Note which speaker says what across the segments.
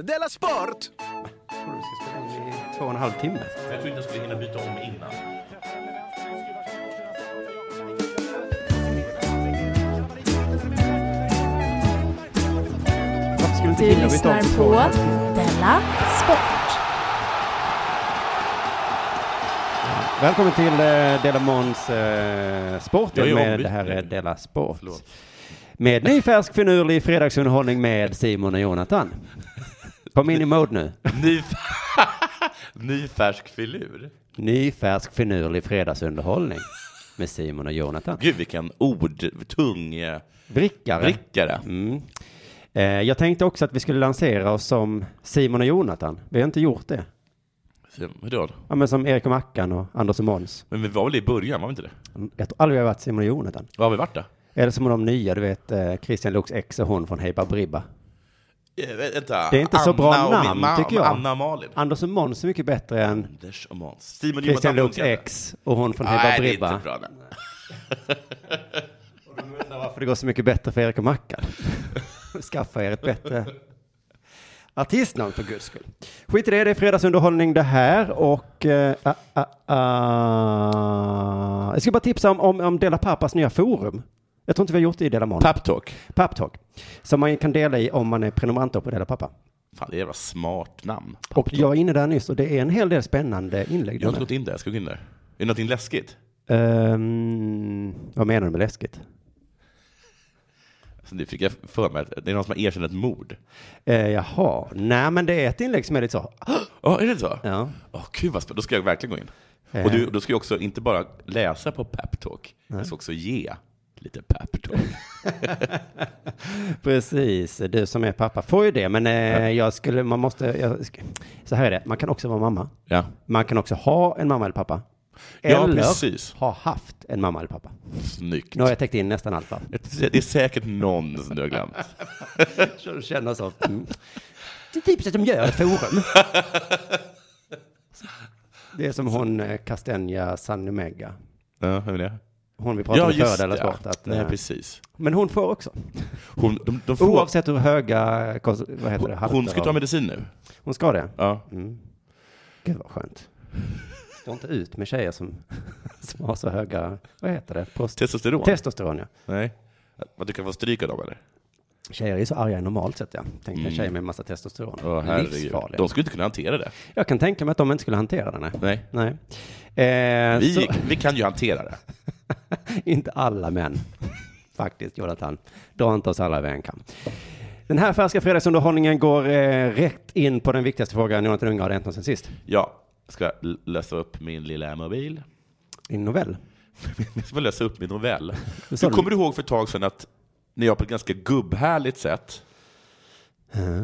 Speaker 1: Della Sport!
Speaker 2: Jag tror du ska spela in i två och en halv timme.
Speaker 3: Jag tror inte jag skulle hinna byta om innan.
Speaker 2: Varför skulle inte
Speaker 4: Du
Speaker 2: killar byta om till
Speaker 4: lyssnar
Speaker 2: två
Speaker 4: på
Speaker 2: och en halv timme?
Speaker 4: Della Sport.
Speaker 2: Välkommen till eh, Della Måns eh,
Speaker 3: Jag
Speaker 2: Sporten
Speaker 3: är
Speaker 2: med
Speaker 3: ombytt
Speaker 2: det här är
Speaker 3: nu.
Speaker 2: Della Sport.
Speaker 3: Förlåt.
Speaker 2: Med ny färsk finurlig fredagsunderhållning med Simon och Jonathan. Kom in i mode nu.
Speaker 3: Ny, Ny färsk filur.
Speaker 2: Ny färsk finurlig fredagsunderhållning med Simon och Jonathan.
Speaker 3: Gud, vilken ordtung eh,
Speaker 2: Brickare.
Speaker 3: brickare.
Speaker 2: Mm. Eh, jag tänkte också att vi skulle lansera oss som Simon och Jonathan. Vi har inte gjort det.
Speaker 3: Hur då?
Speaker 2: Ja, men som Erik och Mackan och Anders och Måns.
Speaker 3: Men vi var väl i början, var vi inte det?
Speaker 2: Jag tror aldrig vi har varit Simon och Jonathan.
Speaker 3: Var har vi varit då?
Speaker 2: Eller som de nya, du vet eh, Christian Luuks ex och hon från Hej Bribba.
Speaker 3: Eh, vänta.
Speaker 2: Det är inte så
Speaker 3: Anna
Speaker 2: bra
Speaker 3: och min
Speaker 2: namn,
Speaker 3: mam-
Speaker 2: tycker jag.
Speaker 3: Anna och Malin.
Speaker 2: Anders och Måns är mycket bättre än
Speaker 3: Anders och Måns. Simon
Speaker 2: Christian
Speaker 3: Jonathan
Speaker 2: Luuks
Speaker 3: funkar inte.
Speaker 2: ex och hon från Hej
Speaker 3: Nej, det är inte
Speaker 2: Bribba.
Speaker 3: bra. nej.
Speaker 2: Undrar varför det går så mycket bättre för Erik och Mackan. Skaffa er ett bättre artistnamn för guds skull. Skit i det, det är fredagsunderhållning det här och... eh, ah, ah, ah. Jag ska bara tipsa om, om, om Dela Pappas nya forum. Jag tror inte vi har gjort det i Dela Mån.
Speaker 3: Peptalk.
Speaker 2: Papptalk. Som man kan dela i om man är prenumerant då på Dela Pappa.
Speaker 3: Fan, det är ett jävla smart namn.
Speaker 2: Och jag var inne där nyss och det är en hel del spännande inlägg.
Speaker 3: Jag har
Speaker 2: där
Speaker 3: inte gått in där, jag ska gå in där. Är det någonting läskigt?
Speaker 2: med. Ehm, vad menar du med läskigt?
Speaker 3: Alltså, nu fick jag för mig att det är någon som har erkänt ett mord.
Speaker 2: Eh, jaha, nej men det är ett inlägg som är lite så.
Speaker 3: Ja, är det så?
Speaker 2: Ja.
Speaker 3: Åh, gud vad spännande. Då ska jag verkligen gå in.
Speaker 2: Eh.
Speaker 3: Och du, då ska jag också inte bara läsa på peptalk, jag ska också ge lite peptalk.
Speaker 2: Precis, du som är pappa får ju det, men eh, jag skulle, man måste, jag, sk- så här är det, man kan också vara mamma.
Speaker 3: ja.
Speaker 2: Man kan också ha en mamma eller pappa.
Speaker 3: Ja, precis.
Speaker 2: ha haft en mamma eller pappa.
Speaker 3: Snyggt.
Speaker 2: Nu har jag täckt in nästan allt va?
Speaker 3: Det är säkert någon som du har glömt.
Speaker 2: Så du känner så. Mm. Det är typiskt att de gör ett forum. Det är som hon, eh, Castenja Sanumega.
Speaker 3: Ja, hur är det?
Speaker 2: Hon vi pratade
Speaker 3: Ja,
Speaker 2: om förut,
Speaker 3: just
Speaker 2: eller
Speaker 3: det.
Speaker 2: sport. Att,
Speaker 3: Nej,
Speaker 2: eh,
Speaker 3: precis.
Speaker 2: men hon får också.
Speaker 3: Hon, de, de får,
Speaker 2: Oavsett hur höga, kons- vad heter det,
Speaker 3: hon,
Speaker 2: halter
Speaker 3: hon ska ta
Speaker 2: av-
Speaker 3: medicin nu.
Speaker 2: Hon ska det?
Speaker 3: Ja.
Speaker 2: Mm. Gud vad skönt. Står inte ut med tjejer som, som har så höga, vad heter det? Post-
Speaker 3: Testosteron?
Speaker 2: testosteron ja.
Speaker 3: Nej. Att du kan få stryk av dem eller?
Speaker 2: Tjejer är så arga normalt sett ja. Tänk dig en
Speaker 3: Mm.
Speaker 2: tjej med massa testosteron.
Speaker 3: Åh, herregud.
Speaker 2: Livsfarliga.
Speaker 3: De skulle inte kunna hantera det.
Speaker 2: Jag kan tänka mig att de inte skulle hantera den. Nej.
Speaker 3: Nej.
Speaker 2: nej. Eh,
Speaker 3: Vi,
Speaker 2: så,
Speaker 3: vi kan ju hantera det.
Speaker 2: inte alla män. Faktiskt, Jonathan. Dra inte oss alla över en kam. Den här färska fredagsunderhållningen går eh, rätt in på den viktigaste frågan Jonathan Unge har hänt någonsin sist.
Speaker 3: Ja, jag ska l- lösa upp min lilla mobil.
Speaker 2: Din novell.
Speaker 3: Jag ska läsa upp min novell.
Speaker 2: Det sa
Speaker 3: Du
Speaker 2: du.
Speaker 3: kommer ihåg för ett tag sedan att när jag på ett ganska gubbhärligt sätt eh,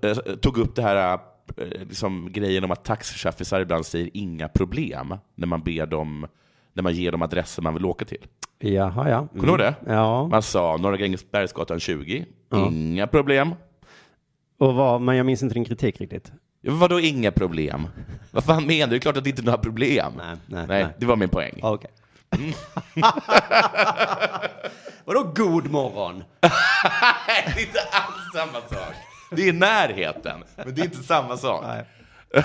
Speaker 3: eh, tog upp det här eh, liksom, grejen om att taxichaffisar ibland säger inga problem när man, ber dem, när man ger dem adresser man vill åka till.
Speaker 2: Jaha, ja. Mm.
Speaker 3: Kommer du ihåg det?
Speaker 2: Ja.
Speaker 3: Man sa Norra Grängesbergsgatan 20, inga problem.
Speaker 2: Och vad, men jag minns inte din kritik riktigt.
Speaker 3: Ja, men Vadå inga problem? Vad fan menar du? Det är klart att det inte är några problem.
Speaker 2: Nej, nej, nej.
Speaker 3: det var min poäng.
Speaker 2: Okej. Okay.
Speaker 3: Mm.
Speaker 2: Vadå god morgon?
Speaker 3: Nej, det är inte alls samma sak. Det är närheten, men det är inte samma sak.
Speaker 2: Nej. Mhm.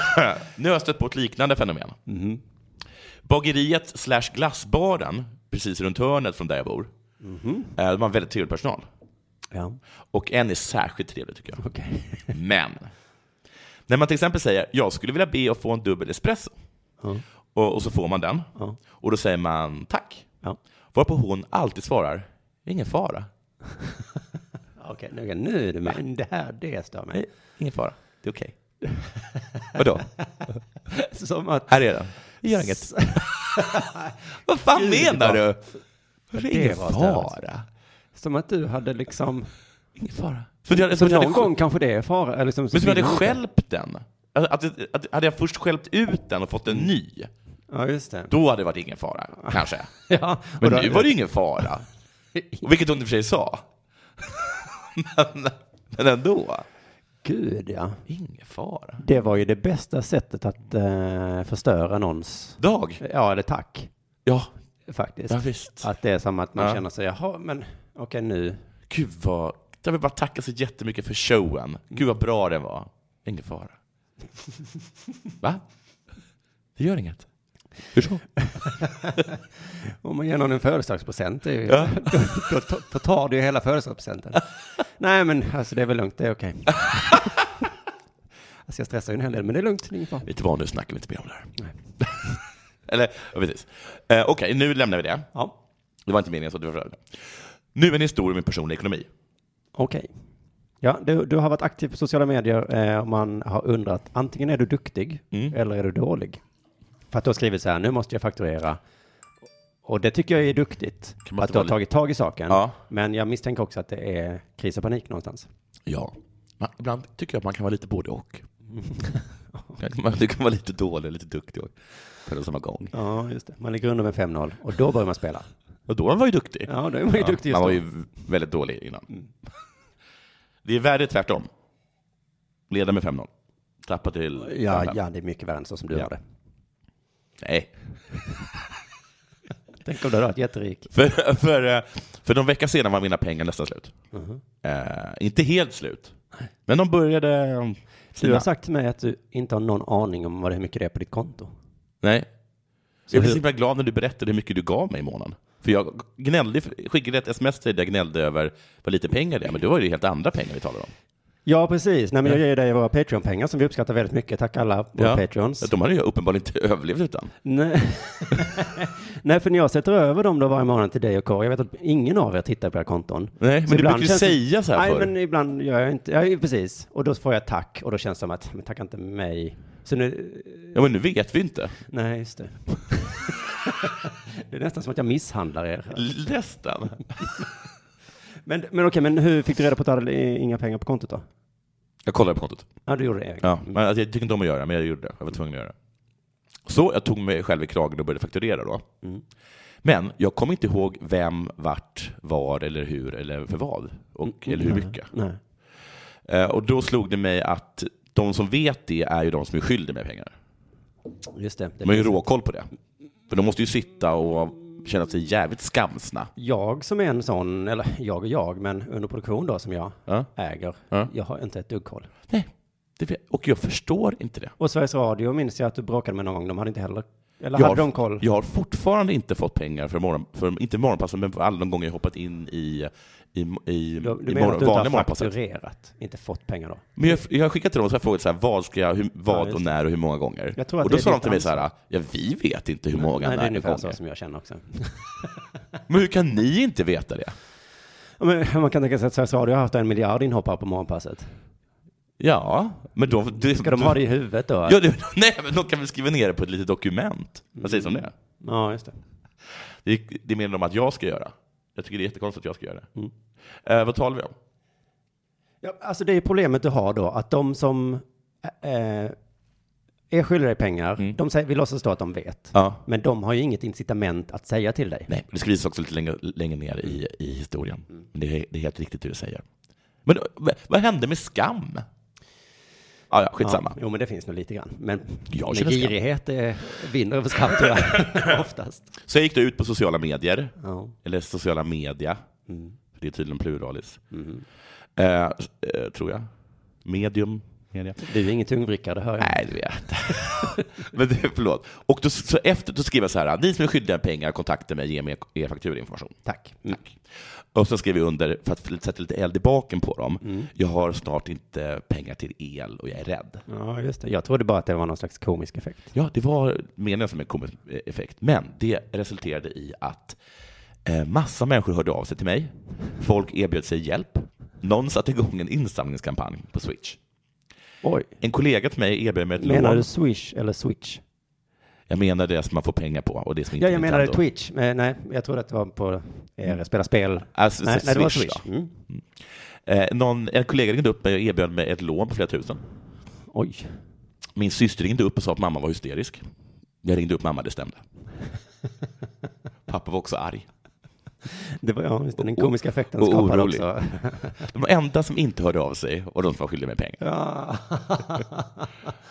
Speaker 3: nu har jag stött på ett liknande fenomen. Bageriet slash glassbaren, precis runt hörnet från där jag bor,
Speaker 2: Mhm.
Speaker 3: eh, de har väldigt trevlig personal.
Speaker 2: Ja,
Speaker 3: Och en är särskilt trevlig tycker jag.
Speaker 2: okej.
Speaker 3: Men, när man till exempel säger jag skulle vilja be att få en dubbel espresso, och, och så får man den, och då säger man tack.
Speaker 2: Ja.
Speaker 3: Varpå hon alltid svarar, ingen fara,
Speaker 2: Okej, nu, nu är du med. Det här, det stör mig.
Speaker 3: ingen fara, det är okej. Vadå?
Speaker 2: Som att...
Speaker 3: Här är den. Vi gör inget. Vad fan
Speaker 2: Gud,
Speaker 3: menar
Speaker 2: vad-
Speaker 3: du? Det är ingen
Speaker 2: var
Speaker 3: fara.
Speaker 2: Som att du hade liksom...
Speaker 3: Ingen fara. Som att jag, som
Speaker 2: Som
Speaker 3: att jag,
Speaker 2: någon
Speaker 3: hade,
Speaker 2: gång kanske det är fara. Eller liksom som,
Speaker 3: men som jag hade skälpt den. Alltså, Att, att, att, hade jag först skälpt ut den och fått en ny,
Speaker 2: Ja, just det.
Speaker 3: då hade det varit ingen fara, kanske.
Speaker 2: Ja,
Speaker 3: Men
Speaker 2: och då-
Speaker 3: nu var det ju ingen fara. Och Vilket hon i och för sig sa. men, men ändå.
Speaker 2: Gud, ja.
Speaker 3: Ingen fara.
Speaker 2: Det var ju det bästa sättet att eh, förstöra någons...
Speaker 3: Dag.
Speaker 2: Ja, eller tack,
Speaker 3: Ja,
Speaker 2: faktiskt.
Speaker 3: ja visst.
Speaker 2: Att det är som att man
Speaker 3: Ja.
Speaker 2: känner sig, jaha, men okej nu.
Speaker 3: Gud vad Jag vill bara tacka så jättemycket för showen. Gud vad bra den var. Ingen fara. Va? Det gör inget. Hur så?
Speaker 2: Om man ger någon en födelsedagspresent, det är ju-
Speaker 3: Ja.
Speaker 2: då, då, ta- då tar du ju hela födelsedagspresenten. Nej, men alltså det är väl lugnt, det är okej. alltså jag stressar ju en hel del, men det är lugnt, det är inget fara.
Speaker 3: Vet du vad, nu snackar vi inte mer om det här.
Speaker 2: Nej.
Speaker 3: Eller, ja, precis. Eh, Okej, nu lämnar vi det.
Speaker 2: Ja,
Speaker 3: Det var inte meningen så att du förstörde. Nu en historia med personlig ekonomi.
Speaker 2: okej. Ja, du, du har varit aktiv på sociala medier eh, och man har undrat, antingen är du duktig
Speaker 3: Mm.
Speaker 2: eller är du dålig? För att du har skrivit så här, nu måste jag fakturera. Och det tycker jag är duktigt,
Speaker 3: Kan man
Speaker 2: att
Speaker 3: inte
Speaker 2: du har
Speaker 3: vara
Speaker 2: tagit tag i saken.
Speaker 3: Ja.
Speaker 2: Men jag misstänker också att det är kris och panik någonstans.
Speaker 3: Ja. Man, ibland tycker jag att man kan vara lite både och. Man, du kan vara lite dålig och lite duktig och- på samma gång.
Speaker 2: Ja, just det. Man ligger under med 5-0 och då börjar man spela.
Speaker 3: Och då var han ju duktig.
Speaker 2: Ja, då är man ju
Speaker 3: Ja,
Speaker 2: duktig just
Speaker 3: man var
Speaker 2: då. Mm.
Speaker 3: ju väldigt dålig innan. Det är värre tvärtom. Leda med 5-0. Tappa till 5-5.
Speaker 2: Ja, ja, det är mycket värre än så som du
Speaker 3: Ja.
Speaker 2: har det.
Speaker 3: Nej.
Speaker 2: Tänk om du hade varit jätterik.
Speaker 3: För, för, eh, för någon vecka sedan var mina pengar nästan slut. Eh, inte helt slut. Men de började...
Speaker 2: Du
Speaker 3: eh,
Speaker 2: har
Speaker 3: sina.
Speaker 2: sagt till mig att du inte har någon aning om vad det hur mycket det är på ditt konto.
Speaker 3: Nej. jag blev
Speaker 2: hur-
Speaker 3: så himla glad när du berättade hur mycket du gav mig i månaden. För jag gnällde, skickade ett sms till dig där jag gnällde över vad lite pengar det är, men det var ju helt andra pengar vi talade om.
Speaker 2: Ja, precis. Nej, men jag ger dig våra Patreon-pengar som vi uppskattar väldigt mycket. Tack alla våra Patreons.
Speaker 3: De hade ju uppenbarligen inte överlevt utan.
Speaker 2: Nej. Nej, för när jag sätter över dem då varje månad till dig och Kåre, jag vet att ingen av er tittar på era konton.
Speaker 3: Nej, men du
Speaker 2: ibland
Speaker 3: brukar ju
Speaker 2: känns det-
Speaker 3: säga så här
Speaker 2: Nej,
Speaker 3: förr.
Speaker 2: men ibland gör jag inte, ja, precis. Och då får jag tack och då känns det som att, men tacka inte mig. Så nu,
Speaker 3: Ja, men nu vet vi inte.
Speaker 2: Nej, just det. det är nästan som att jag misshandlar er.
Speaker 3: Nästan.
Speaker 2: Men, men okej, men hur fick du reda på att du hade i- inga pengar på kontot då?
Speaker 3: Jag kollade på kontot.
Speaker 2: Ja, du gjorde det. Erik. Mm.
Speaker 3: Ja, men alltså, jag tycker inte om att göra det, men jag gjorde det. Jag var tvungen att göra det. Så jag tog mig själv i kragen och började fakturera då.
Speaker 2: Mm.
Speaker 3: Men jag kommer inte ihåg vem, vart, var eller hur eller för vad. Och, eller hur mycket.
Speaker 2: Nej.
Speaker 3: Eh, och då slog det mig att de som vet det är ju de som är skyldiga mig pengar.
Speaker 2: Just det. det
Speaker 3: De har ju
Speaker 2: finns-
Speaker 3: råkoll på det. För de måste ju sitta och känna sig jävligt skamsna.
Speaker 2: jag som är en sån, eller jag och jag, men under produktion då som jag
Speaker 3: Ja.
Speaker 2: äger,
Speaker 3: Ja.
Speaker 2: jag har inte ett dugg koll.
Speaker 3: Nej, det, och jag förstår inte det.
Speaker 2: Och Sveriges Radio minns jag att du bråkade med någon gång, de hade inte heller, eller
Speaker 3: Jag har-
Speaker 2: hade de koll?
Speaker 3: Jag har fortfarande inte fått pengar för, morgon, för inte morgonpasset, men för alla de gånger jag hoppat in i, i,
Speaker 2: Du, du
Speaker 3: i, i
Speaker 2: menar att
Speaker 3: morgon,
Speaker 2: du inte
Speaker 3: vanliga
Speaker 2: har
Speaker 3: morgonpasset.
Speaker 2: fakturerat, inte fått pengar då?
Speaker 3: Men jag, jag har skickat till dem och så har jag frågat så här, vad, ska jag, hur,
Speaker 2: Ja,
Speaker 3: vad
Speaker 2: just
Speaker 3: och när och hur många gånger.
Speaker 2: Jag tror att
Speaker 3: och då
Speaker 2: det är
Speaker 3: sa de
Speaker 2: ditt
Speaker 3: till mig så här, ja, vi vet inte hur
Speaker 2: Nej,
Speaker 3: många
Speaker 2: det är
Speaker 3: när
Speaker 2: ungefär så
Speaker 3: gånger.
Speaker 2: som jag känner också.
Speaker 3: Men hur kan ni inte veta det?
Speaker 2: Ja, Men man kan tänka sig att Sveriges Radio har haft en miljard inhoppare på morgonpasset.
Speaker 3: Ja, men då... Det,
Speaker 2: Ska de ha det i huvudet då?
Speaker 3: Ja, det, nej, men de kan väl skriva ner det på ett litet dokument. Vad sägs om
Speaker 2: Mm.
Speaker 3: det?
Speaker 2: Ja, just det.
Speaker 3: Det, är- det menar de att jag ska göra. Jag tycker det är jättekonstigt att jag ska göra det.
Speaker 2: Mm.
Speaker 3: Eh, vad talar vi om?
Speaker 2: Ja, alltså det är problemet du har då, att de som eh, är skyldiga dig pengar,
Speaker 3: Mm.
Speaker 2: de säger, vi låtsas då att de vet.
Speaker 3: Ja.
Speaker 2: Men de har ju inget incitament att säga till dig.
Speaker 3: Nej, det skrivs också lite längre, längre ner i, i historien. Men det, är- det är helt riktigt det du säger. Men vad- vad hände med skam? Ah, ja, skitsamma.
Speaker 2: Ja, jo, men det finns nog lite grann. Men
Speaker 3: Jag
Speaker 2: men
Speaker 3: känner skam.
Speaker 2: girighet är, vinner över skam tror jag, oftast.
Speaker 3: Så jag gick då ut på sociala medier,
Speaker 2: Ja.
Speaker 3: eller sociala media, för det är tydligen pluralis. Eh, eh, tror jag. Medium. Media.
Speaker 2: Du är ingen tungvrickare, det hör jag.
Speaker 3: Nej, det vet jag inte. Men det, förlåt. Och då, så efter, då skrev jag så här, ni som är skyldiga pengar, kontakta mig, ge mig er fakturainformation.
Speaker 2: Tack.
Speaker 3: Tack. Och så skrev vi under, för att sätta lite eld i baken på dem, jag har snart inte pengar till el och jag är rädd.
Speaker 2: Ja, just det. Mm. Jag trodde bara att det var någon slags komisk effekt.
Speaker 3: Ja, det var meningen som en komisk effekt, men det resulterade i att eh, massa människor hörde av sig till mig. Folk erbjöd sig hjälp. Någon satte igång en insamlingskampanj på Switch.
Speaker 2: Oj.
Speaker 3: En kollega till mig erbjöd mig ett
Speaker 2: Menar
Speaker 3: lån.
Speaker 2: du Swish eller Switch?
Speaker 3: Jag menar det som man får pengar på och det som inte
Speaker 2: Ja, jag menade
Speaker 3: Nintendo.
Speaker 2: Twitch. Men, nej, jag trodde att det var på er, spela spel.
Speaker 3: Alltså,
Speaker 2: nej, nej, det var
Speaker 3: Swish
Speaker 2: Swish.
Speaker 3: då.
Speaker 2: Mm.
Speaker 3: Eh, någon, en kollega ringde upp mig och erbjöd mig ett lån på flera tusen.
Speaker 2: Oj.
Speaker 3: Min syster ringde upp och sa att mamma var hysterisk. Jag ringde upp mamma, det stämde. Pappa var också arg.
Speaker 2: Det var ja, just det, den komiska effekten
Speaker 3: och
Speaker 2: skapade
Speaker 3: orolig.
Speaker 2: också.
Speaker 3: De enda som inte hörde av sig var de som var skyldiga mig pengar.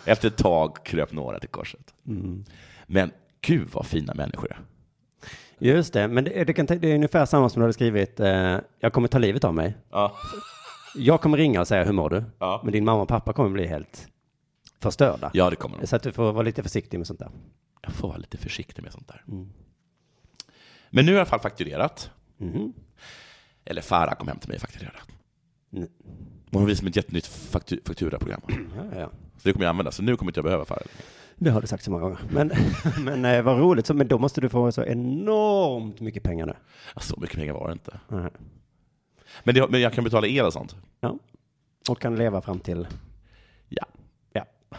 Speaker 2: Ja.
Speaker 3: Efter ett tag kröp några till korset.
Speaker 2: Mm.
Speaker 3: Men gud vad fina människor är.
Speaker 2: Just det, men det, är- det, kan, ta- det är ungefär samma som du hade skrivit, eh, jag kommer ta livet av mig.
Speaker 3: Ja.
Speaker 2: Jag kommer ringa och säga hur mår du?
Speaker 3: Ja.
Speaker 2: Men din mamma och pappa kommer bli helt förstörda.
Speaker 3: Ja, det kommer de.
Speaker 2: Så att du får vara lite försiktig med sånt där. Mm.
Speaker 3: Jag får vara lite försiktig med sånt där. Men nu har jag i alla fall fakturerat.
Speaker 2: Mhm.
Speaker 3: Eller Farah kom hem till mig och fakturerade.
Speaker 2: Mm.
Speaker 3: Hon visade mig ett jättenytt faktu- fakturaprogram.
Speaker 2: Ja, ja, ja.
Speaker 3: Så det kommer jag använda, så nu kommer inte jag behöva Farah.
Speaker 2: Det har du sagt så många gånger. Men, men eh, vad roligt. Så, men då måste du få så enormt mycket pengar nu.
Speaker 3: Ja, Så mycket pengar var det inte.
Speaker 2: Nej.
Speaker 3: Men, det, men jag kan betala el och sånt.
Speaker 2: Ja. Och kan leva fram till...
Speaker 3: Ja.
Speaker 2: Ja.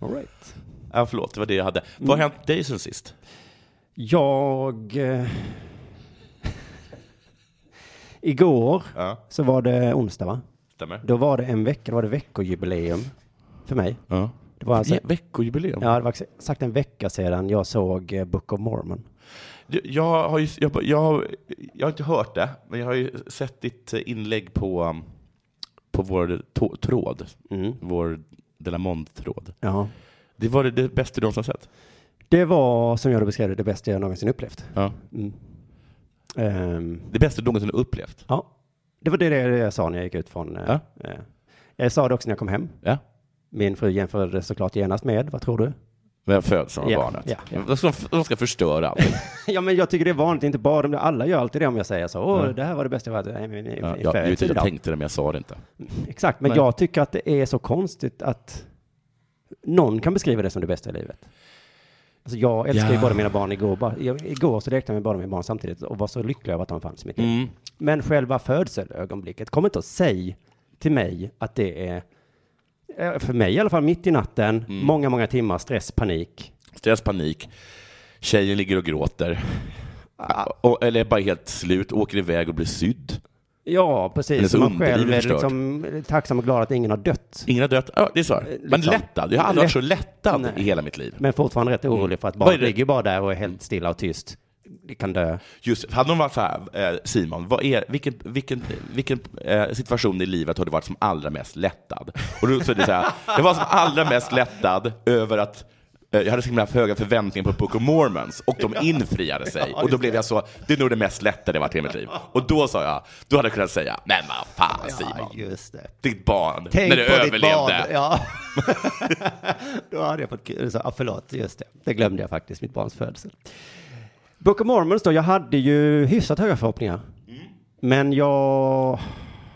Speaker 2: All right.
Speaker 3: ja, förlåt, det var det jag hade. Vad har hänt dig sen sist?
Speaker 2: Jag... Eh, igår
Speaker 3: Ja,
Speaker 2: så var det onsdag, va?
Speaker 3: stämmer.
Speaker 2: Då var det en vecka, då var det veckojubileum för mig.
Speaker 3: Ja.
Speaker 2: Det var alltså,
Speaker 3: Ja, veckojubileum.
Speaker 2: ja, det var exakt en vecka sedan jag såg eh, Book of Mormon.
Speaker 3: Du, Jag har, ju, jag, jag, har- jag har inte hört det, men jag har ju sett ditt inlägg på, um, på vår tå- tråd, vår Delamond-tråd.
Speaker 2: Ja.
Speaker 3: Det var det, det bästa du någonsin har sett.
Speaker 2: Det var, som jag då beskrev det, det bästa jag någonsin upplevt.
Speaker 3: Ja.
Speaker 2: Mm. Ehm,
Speaker 3: Det bästa du någonsin har upplevt.
Speaker 2: ja, det var det, det jag sa när jag gick ut från... eh, eh, jag sa det också när jag kom hem.
Speaker 3: Ja.
Speaker 2: Min fru jämförde såklart genast med, vad tror du?
Speaker 3: Med födseln av
Speaker 2: Ja,
Speaker 3: barnet.
Speaker 2: ja, ja.
Speaker 3: De, ska, de ska förstöra allting.
Speaker 2: ja, men jag tycker det är vanligt, inte bara de där, alla gör alltid det om jag säger så. Åh, det här var det bästa jag varit i- i- i- i-
Speaker 3: Mm. ja,
Speaker 2: i-
Speaker 3: jag,
Speaker 2: i- i-
Speaker 3: jag, jag
Speaker 2: i-
Speaker 3: tänkte det, men jag sa det inte.
Speaker 2: Exakt, men
Speaker 3: Nej.
Speaker 2: jag tycker att det är så konstigt att någon kan beskriva det som det bästa i livet. Alltså jag älskar ju
Speaker 3: Ja.
Speaker 2: båda mina barn igår. Bara, jag, igår så lekte jag med båda mina barn samtidigt och var så lycklig över att de fanns i mitt liv.
Speaker 3: Mm.
Speaker 2: Men själva födselögonblicket, kom inte och säg till mig att det är, eh, för mig i alla fall, mitt i natten,
Speaker 3: Mm.
Speaker 2: många, många timmar, stress, panik.
Speaker 3: Stress, panik, tjejen ligger och gråter.
Speaker 2: Ah.
Speaker 3: Och, eller är bara helt slut, åker iväg och blir sydd.
Speaker 2: Ja,
Speaker 3: Eller
Speaker 2: precis.
Speaker 3: så
Speaker 2: Och Man själv är
Speaker 3: underlivet förstört.
Speaker 2: liksom tacksam och glad att ingen har dött.
Speaker 3: Ingen har dött. Ja, det är så. här. Men
Speaker 2: liksom.
Speaker 3: lättad. Jag har aldrig varit så lättad
Speaker 2: Nej.
Speaker 3: i hela mitt liv.
Speaker 2: Men fortfarande rätt orolig för att
Speaker 3: Vad är
Speaker 2: barnet
Speaker 3: det?
Speaker 2: ligger bara där och Mm. är helt stilla och tyst. Det kan dö.
Speaker 3: Just, hade de varit så här, eh, Simon, vad är, vilken, vilken, vilken eh, situation i livet har du varit som allra mest lättad? Och då så är det så här, jag var som allra mest lättad över att eh, jag hade så himla höga förväntningar på Book of Mormons och de infriade sig. Och då blev jag så, det är nog det mest lättade jag varit i hela mitt liv. Och då sa jag, då hade jag kunnat säga, men vad fan Simon,
Speaker 2: just det.
Speaker 3: ditt barn,
Speaker 2: Tänk
Speaker 3: när det
Speaker 2: på ditt
Speaker 3: överlevde.
Speaker 2: barn. Ja. Då hade jag fått kul. Så, ja, förlåt, just det. Det glömde jag faktiskt, mitt barns födelse. Book of Mormons då, jag hade ju hyfsat höga förhoppningar.
Speaker 3: Mm.
Speaker 2: Men jag,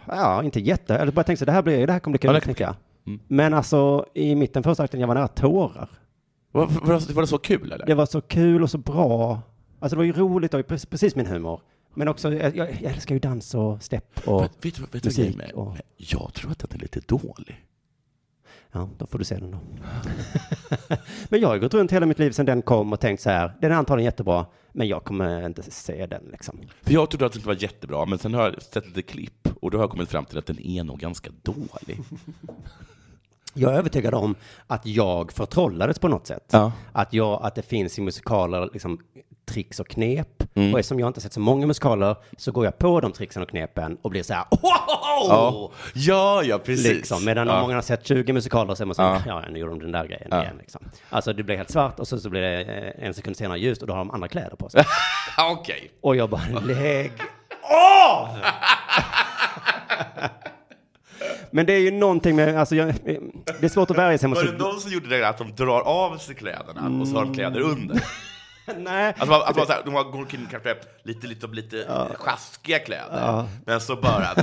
Speaker 2: ja, inte jätte, eller bara tänkte så det här, blir, det här kommer bli kul,
Speaker 3: Ja, det kommer Mm.
Speaker 2: tänkte jag. Men alltså, i mitten första akten, jag var nära tårar.
Speaker 3: Var, var, var det så kul eller?
Speaker 2: Det var så kul och så bra. Alltså det var ju roligt, och precis, precis min humor. Men också, jag, jag jag älskar ju dans och stepp och,
Speaker 3: Vet- Vet du vad- vet du vad
Speaker 2: musik
Speaker 3: grejen är?
Speaker 2: och-
Speaker 3: Men Jag tror att den är lite dålig.
Speaker 2: ja, då får du se den då. men jag har ju gått runt hela mitt liv sedan den kom och tänkt så här, den är antagligen jättebra, men jag kommer inte se den liksom.
Speaker 3: För jag trodde att den var jättebra, men sen har jag sett lite klipp och då har jag kommit fram till att den är nog ganska dålig.
Speaker 2: Jag är övertygad om att jag förtrollades på något sätt.
Speaker 3: Ja.
Speaker 2: Att, jag, att det finns i musikaler liksom, tricks och knep. Och eftersom jag inte har sett så många musikaler så går jag på de tricksen och knepen och blir så här,
Speaker 3: Ja, ja, ja precis.
Speaker 2: Liksom, medan om
Speaker 3: ja.
Speaker 2: många har sett 20 musikaler så är man så
Speaker 3: Ja.
Speaker 2: här, ja. nu gjorde de den där grejen igen. Liksom. Alltså det blir helt svart och så, så blir det eh, en sekund senare ljust och då har de andra kläder på sig.
Speaker 3: Ja, Ah, Okej.
Speaker 2: och jag bara, lägg av! Men det är ju någonting med, alltså jag, det är svårt att värja sig mot...
Speaker 3: Var det de som gjorde det där att de drar av sig kläderna och så har
Speaker 2: Mm.
Speaker 3: de kläder under?
Speaker 2: Nej,
Speaker 3: Att man, att man så här, de har, går omkring kanske lite, lite, lite sjaskiga kläder, men så bara... ba,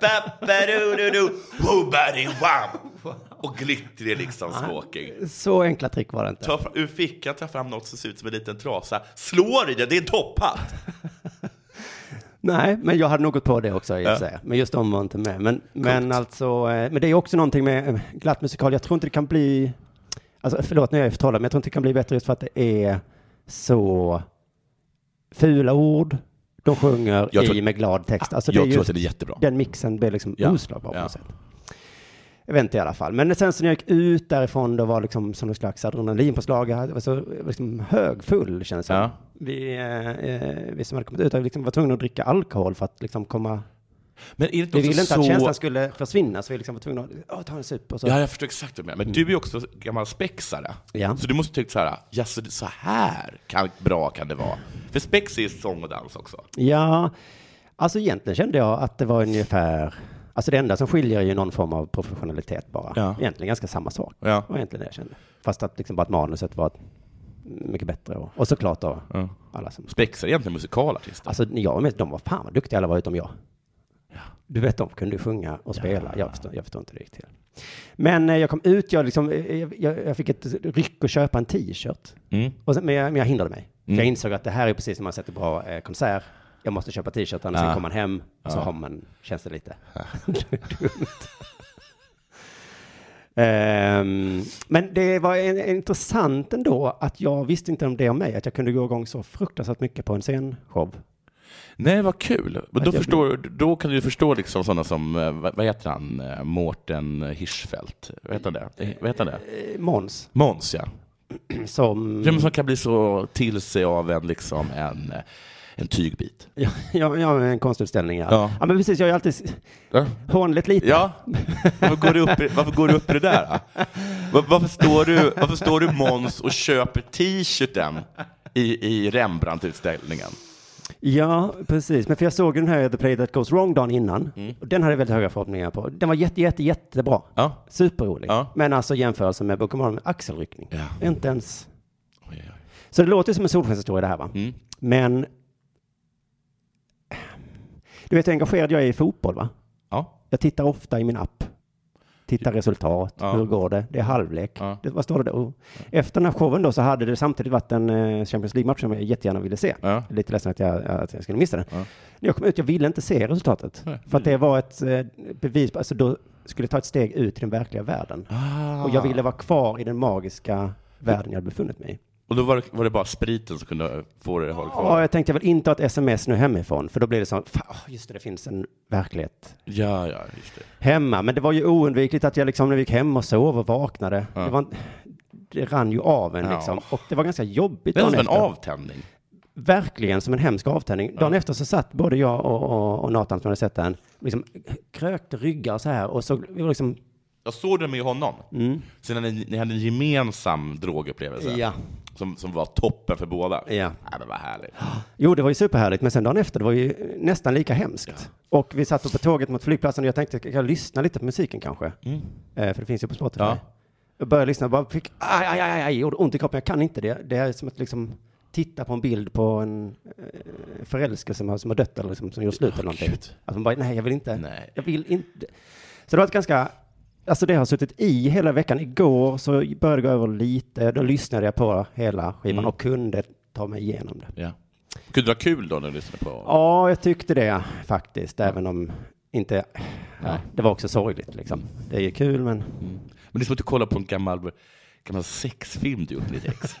Speaker 3: ba, ba, do, do, do, woo, body, wham, och glittrig liksom
Speaker 2: Ah.
Speaker 3: smoking.
Speaker 2: så enkla trick var det inte.
Speaker 3: Ta fram, ur fickan ta fram något som ser ut som en liten trasa. Slår i det, det är en topphatt!
Speaker 2: Nej, men jag hade något på det också i och för sig. Men just de var inte med. Men, men alltså, eh, men det är också någonting med eh, glatt musikal. Jag tror inte det kan bli, alltså förlåt nu är jag förtalad, men jag tror inte det kan bli bättre just för att det är så fula ord de sjunger
Speaker 3: Jag tror-
Speaker 2: i med glad text. Alltså,
Speaker 3: jag
Speaker 2: det är
Speaker 3: tror
Speaker 2: just-
Speaker 3: att det är jättebra.
Speaker 2: Den mixen blir liksom
Speaker 3: Ja,
Speaker 2: oslagbar på
Speaker 3: ja.
Speaker 2: något sätt. Jag vet inte i alla fall. Men sen så när jag gick ut därifrån, då var liksom som någon slags adrenalinpåslag. Jag var så liksom högfull kändes det
Speaker 3: Ja.
Speaker 2: som. vi, eh, eh, vi som hade kommit ut hade liksom var tvungna att dricka alkohol för att liksom komma...
Speaker 3: Men är det inte
Speaker 2: Vi ville inte
Speaker 3: också så...
Speaker 2: att känslan skulle försvinna, så vi liksom var tvungna att "Åh, ta en sup och så.
Speaker 3: Ja, jag förstår exakt vad du menar. Men du är ju också gammal spexare.
Speaker 2: Ja.
Speaker 3: Så du måste tycka så här, ja, så, det- så här kan, bra kan det vara. För spex är ju sång och dans också.
Speaker 2: Ja, Alltså egentligen kände jag att det var ungefär, alltså det enda som skiljer är ju någon form av professionalitet bara.
Speaker 3: Ja.
Speaker 2: Egentligen ganska samma sak.
Speaker 3: Ja.
Speaker 2: Det var egentligen det jag kände. Fast att liksom bara att manuset var mycket bättre och, och såklart då
Speaker 3: Ja.
Speaker 2: alla som...
Speaker 3: Spexar egentligen musikalartister?
Speaker 2: Alltså när jag var med, de var fan vad duktiga alla var utom jag. Du vet, de kunde ju sjunga och spela. Jag, förstår, jag förstår inte det gick till. Men eh, jag kom ut, jag, liksom, eh, jag, jag jag fick ett ryck att köpa en t-shirt.
Speaker 3: Mm.
Speaker 2: Och sen, men, jag, men jag hindrade mig. För
Speaker 3: Mm.
Speaker 2: jag insåg att det här är precis som man sätter bra eh, konsert. Jag måste köpa t-shirt, annars
Speaker 3: Ja.
Speaker 2: sen kommer man hem och så
Speaker 3: Ja.
Speaker 2: har man, känns det lite. Dumt. Ehm, men det var en, en intressant ändå att jag visste inte om det om mig, att jag kunde gå igång så fruktansvärt mycket på en scenshow.
Speaker 3: Nej, vad kul. Men då,
Speaker 2: jag-
Speaker 3: förstår, då kan du förstå liksom sådana som, eh, vad vad heter han, Eh, Mårten Hirschfeldt? Vad heter han det? Eh, mm. Vad heter han det?
Speaker 2: Eh, Måns,
Speaker 3: Måns, ja.
Speaker 2: som...
Speaker 3: Mm. Som kan bli så till sig av en, liksom, en, eh, en tygbit.
Speaker 2: Ja, ja, ja, en konstutställning ja.
Speaker 3: Ja.
Speaker 2: ja. men precis, jag är alltid
Speaker 3: Ja.
Speaker 2: hånligt lite.
Speaker 3: Ja, varför går du upp, i- varför går du upp i det där? då? Var- Varför står du, varför står du Måns och köper t-shirten i, i Rembrandt-utställningen?
Speaker 2: Ja, precis. Men för jag såg ju den här The Play That Goes Wrong dagen innan.
Speaker 3: Mm.
Speaker 2: Och den hade jag väldigt höga förhoppningar på. Den var jätte, jätte, jättebra.
Speaker 3: Ja.
Speaker 2: Superrolig.
Speaker 3: Ja.
Speaker 2: Men alltså jämförelsen med Book of Mormon, axelryckning.
Speaker 3: Ja.
Speaker 2: Inte ens.
Speaker 3: Oj, oj, oj.
Speaker 2: Så det låter ju som en solskenshistoria det här va?
Speaker 3: Mm.
Speaker 2: Men du vet hur engagerad jag är i fotboll va?
Speaker 3: Ja.
Speaker 2: Jag tittar ofta i min app. Tittar resultat,
Speaker 3: Typ. Ja.
Speaker 2: hur går det? Det är halvlek.
Speaker 3: Ja.
Speaker 2: Det, vad står det då? Efter den här showen då så hade det samtidigt varit en eh, Champions League-match som jag jättegärna ville se.
Speaker 3: Ja.
Speaker 2: Jag är Lite ledsen att jag, att jag skulle missa den.
Speaker 3: Ja.
Speaker 2: När jag kom ut, jag ville inte se resultatet.
Speaker 3: Nej.
Speaker 2: För att det var ett eh, bevis på, alltså då skulle jag ta ett steg ut i den verkliga världen.
Speaker 3: Ah.
Speaker 2: Och jag ville vara kvar i den magiska världen jag hade befunnit mig i.
Speaker 3: Och då var det, var det bara spriten som kunde få dig att hålla
Speaker 2: Ja,
Speaker 3: kvar?
Speaker 2: jag tänkte jag vill inte ha ett sms nu hemifrån, för då blir det så, fan, åh, just det, det finns en verklighet
Speaker 3: Ja, ja, just det.
Speaker 2: hemma. Men det var ju oundvikligt att jag liksom, när vi gick hem och sov och vaknade,
Speaker 3: Ja.
Speaker 2: det, var, en- det rann ju av en
Speaker 3: Ja.
Speaker 2: liksom. Och det var ganska jobbigt
Speaker 3: Det är
Speaker 2: dagen
Speaker 3: som en
Speaker 2: efter.
Speaker 3: avtändning.
Speaker 2: verkligen som en hemsk avtändning. Dagen efter så satt både jag och, och, och Nathan som hade sett den, liksom krökt ryggar så här och så vi var liksom,
Speaker 3: Jag såg det med honom.
Speaker 2: mm,
Speaker 3: Sen när ni, ni hade en gemensam drogupplevelse
Speaker 2: ja,
Speaker 3: som, som var toppen för båda.
Speaker 2: ja.
Speaker 3: Ja, men vad härligt.
Speaker 2: Jo, det var ju superhärligt, men sen dagen efter, det var ju nästan lika hemskt. Och vi satt på tåget mot flygplatsen och jag tänkte, kan jag lyssna lite på musiken kanske? Eh, för det finns ju på Spotify.
Speaker 3: Mm. Ja.
Speaker 2: Jag började lyssna och bara fick, aj, aj, aj, aj, gjorde ont i kroppen. Jag kan inte det. Det är som att liksom titta på en bild på en eh, förälskelse som har, som har dött eller liksom, som gjort slut eller någonting.
Speaker 3: Gud.
Speaker 2: Att man bara, nej, jag vill inte.
Speaker 3: Nej.
Speaker 2: Jag vill inte. Så det var ett ganska, alltså det har suttit i hela veckan. Igår så började det gå över lite. Då lyssnade jag på hela skivan
Speaker 3: Mm.
Speaker 2: och kunde ta mig igenom det.
Speaker 3: Ja. Kunde du ha kul då när du lyssnade på?
Speaker 2: Ja, jag tyckte det faktiskt, även om inte, ja, det var också sorgligt liksom. Det är ju kul, men
Speaker 3: Mm. Men det är som att du kollar på en gammal, gammal sexfilm du gjort med ditt ex.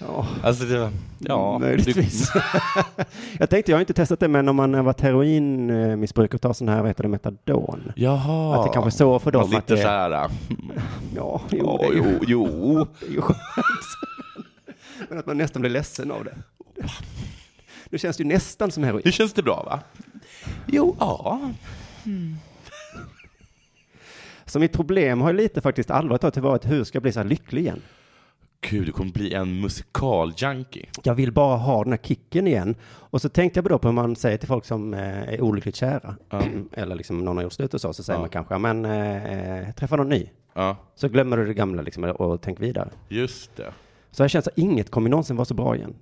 Speaker 2: Ja.
Speaker 3: Alltså, det, ja.
Speaker 2: möjligtvis. jag tänkte, jag har inte testat det, men om man har varit heroinmissbrukare och tar sån här, vad heter det, metadon?
Speaker 3: Du, jaha.
Speaker 2: Att det kanske är så för dem
Speaker 3: Man
Speaker 2: att
Speaker 3: sitter
Speaker 2: det
Speaker 3: så här. äh.
Speaker 2: Ja,
Speaker 3: Jo,
Speaker 2: jo, det är
Speaker 3: jo,
Speaker 2: ju,
Speaker 3: jo.
Speaker 2: det är ju skönt. men att man nästan blir ledsen av det. Nu känns det ju nästan som heroin.
Speaker 3: Nu känns det bra, va? Jo, ja.
Speaker 2: Så mitt problem har ju lite faktiskt allvarligt tagit varit hur ska jag bli så här lycklig igen?
Speaker 3: Gud, du kommer bli en musikal-junkie.
Speaker 2: jag vill bara ha den här kicken igen. Och så tänkte jag på då på hur man säger till folk som eh, är olyckligt kära, eller liksom någon har gjort slut och så, så säger
Speaker 3: Ja.
Speaker 2: man kanske, "Ja, men eh, eh, träffa någon ny.
Speaker 3: Ja,
Speaker 2: Så glömmer du det gamla liksom, och tänk vidare.
Speaker 3: just det.
Speaker 2: Så jag känner så här, inget kommer någonsin vara så bra igen.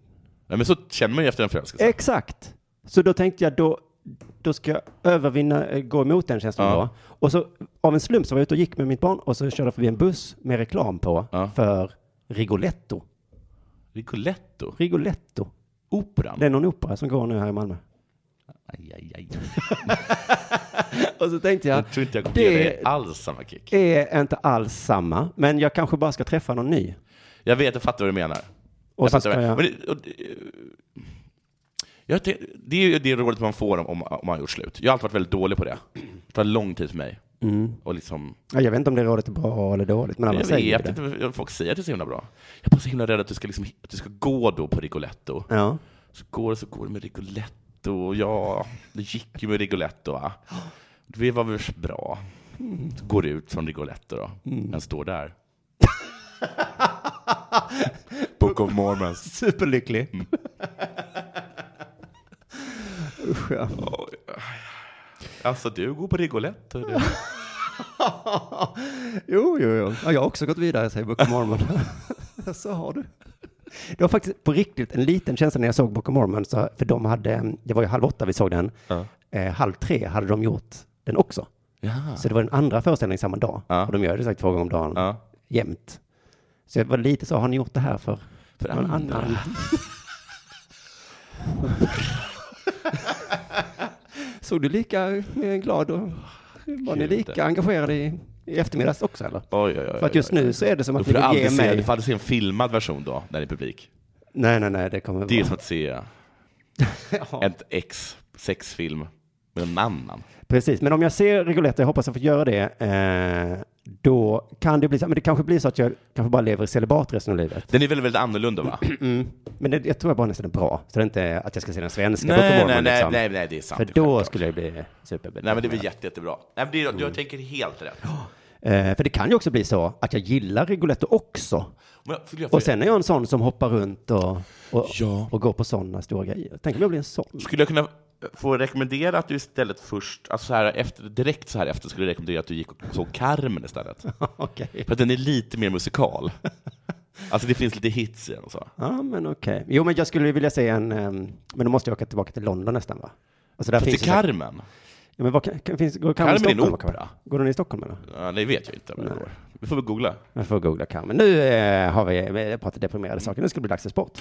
Speaker 3: Nej, men så känner man ju efter en förälskelse.
Speaker 2: Eh. Exakt! Så då tänkte jag, då, då ska jag övervinna, eh, gå emot den känslan
Speaker 3: Ja.
Speaker 2: då. Och så av en slump så var jag ute och gick med mitt barn och så körde jag förbi en buss med reklam på
Speaker 3: Ja.
Speaker 2: för Rigoletto.
Speaker 3: Rigoletto,
Speaker 2: Rigoletto.
Speaker 3: operan.
Speaker 2: Det är någon opera som går nu här i Malmö.
Speaker 3: Aj, aj, aj.
Speaker 2: Och så tänkte jag,
Speaker 3: Jag tror inte jag kommer
Speaker 2: Det-
Speaker 3: ge dig alls samma kick.
Speaker 2: är inte alls samma, men jag kanske bara ska träffa någon ny.
Speaker 3: Jag vet, jag fattar vad du menar.
Speaker 2: Och så
Speaker 3: jag
Speaker 2: ska
Speaker 3: fattar vad-
Speaker 2: jag...
Speaker 3: Men det, och det- jag tänk- det är ju det rådet man får om, om, om man har gjort slut. Jag har alltid varit väldigt dålig på det. Det tar lång tid för mig.
Speaker 2: Mm.
Speaker 3: Och liksom,
Speaker 2: Ja, Jag vet inte om det rådet är bra eller dåligt, men alla
Speaker 3: jag
Speaker 2: säger ju
Speaker 3: vet
Speaker 2: det.
Speaker 3: inte, jag- folk säger att det är så himla bra. Jag är bara så himla rädd att du ska, liksom, att du ska gå då på Rigoletto.
Speaker 2: Ja.
Speaker 3: Så går så går det med Rigoletto, och ja, det gick ju med Rigoletto va. Det var väl bra. Så går det ut från Rigoletto då,
Speaker 2: Mm.
Speaker 3: den står där. Book of Mormons. Mm.
Speaker 2: Superlycklig. Usch, ja.
Speaker 3: Oj. Alltså, du går på Rigolette. och du-
Speaker 2: Jo, jo, jo. Ja, jag har också gått vidare, säger Book of Mormon. så har du. Det var faktiskt på riktigt en liten känsla när jag såg Book of Mormon, så, för de hade, mm, det var ju halv åtta vi såg den,
Speaker 3: Ja.
Speaker 2: eh, halv tre hade de gjort den också.
Speaker 3: Ja.
Speaker 2: Så det var den andra föreställningen samma dag,
Speaker 3: Ja.
Speaker 2: och de gör det säkert två gånger om dagen,
Speaker 3: ja.
Speaker 2: jämt. Så jag var lite så, har ni gjort det här för
Speaker 3: För
Speaker 2: någon annan? såg du lika eh, glad och var ni
Speaker 3: Gud.
Speaker 2: lika engagerade i, i eftermiddags också eller?
Speaker 3: Oj, oj, oj, oj.
Speaker 2: För att just nu så är det som
Speaker 3: Då
Speaker 2: att
Speaker 3: får
Speaker 2: ni
Speaker 3: du
Speaker 2: vill ge
Speaker 3: aldrig se,
Speaker 2: mig...
Speaker 3: du får aldrig se en filmad version då, när det är publik.
Speaker 2: Nej, nej, nej, det kommer
Speaker 3: Det är som
Speaker 2: vara...
Speaker 3: att se
Speaker 2: Ja,
Speaker 3: ett ex sexfilm med en annan.
Speaker 2: precis, men om jag ser Rigolette, jag hoppas jag får göra det, eh, då kan det bli så, men det kanske blir så att jag kanske bara lever i celibat resten av livet.
Speaker 3: Den är väldigt, väldigt annorlunda va?
Speaker 2: Men det, jag tror jag bara nästan är bra, så det är inte att jag ska se den svenska
Speaker 3: nej,
Speaker 2: Book of
Speaker 3: nej,
Speaker 2: Mormon
Speaker 3: nej,
Speaker 2: liksom.
Speaker 3: nej, nej, det är sant.
Speaker 2: För
Speaker 3: det är
Speaker 2: då
Speaker 3: självklart. Mm.
Speaker 2: skulle jag bli superbedömd.
Speaker 3: Nej, men det är väl jätte, jättebra. Nej, men det är, Jag tänker helt rätt.
Speaker 2: eh, för det kan ju också bli så att jag gillar Rigoletto också.
Speaker 3: Men jag, skulle jag,
Speaker 2: Och sen är jag en sån som hoppar runt och, och,
Speaker 3: Ja.
Speaker 2: och går på sådana stora grejer. Tänk om jag blir en sån.
Speaker 3: skulle jag kunna få rekommendera att du istället först, alltså så här efter, direkt så här efter, skulle jag rekommendera att du gick och såg Carmen istället?
Speaker 2: Okej.
Speaker 3: För att den är lite mer musikal. Alltså det finns lite hits i den och så.
Speaker 2: Ja, men okej. Jo, men jag skulle vilja se en, ehm, men då måste jag åka tillbaka till London nästan, va? Alltså där
Speaker 3: Fast
Speaker 2: finns
Speaker 3: till
Speaker 2: ju säkert-
Speaker 3: Carmen?
Speaker 2: ja, men vad kan, kan, finns, går Carmen
Speaker 3: Carmen
Speaker 2: i
Speaker 3: är en
Speaker 2: Stockholm?
Speaker 3: opera.
Speaker 2: va? Går den i Stockholm eller?
Speaker 3: Ja, det vet jag inte. Men det går. Vi får väl googla.
Speaker 2: Jag får googla Carmen. Nu eh, har vi vi har pratat deprimerade saker. Nu ska det bli dags för sport.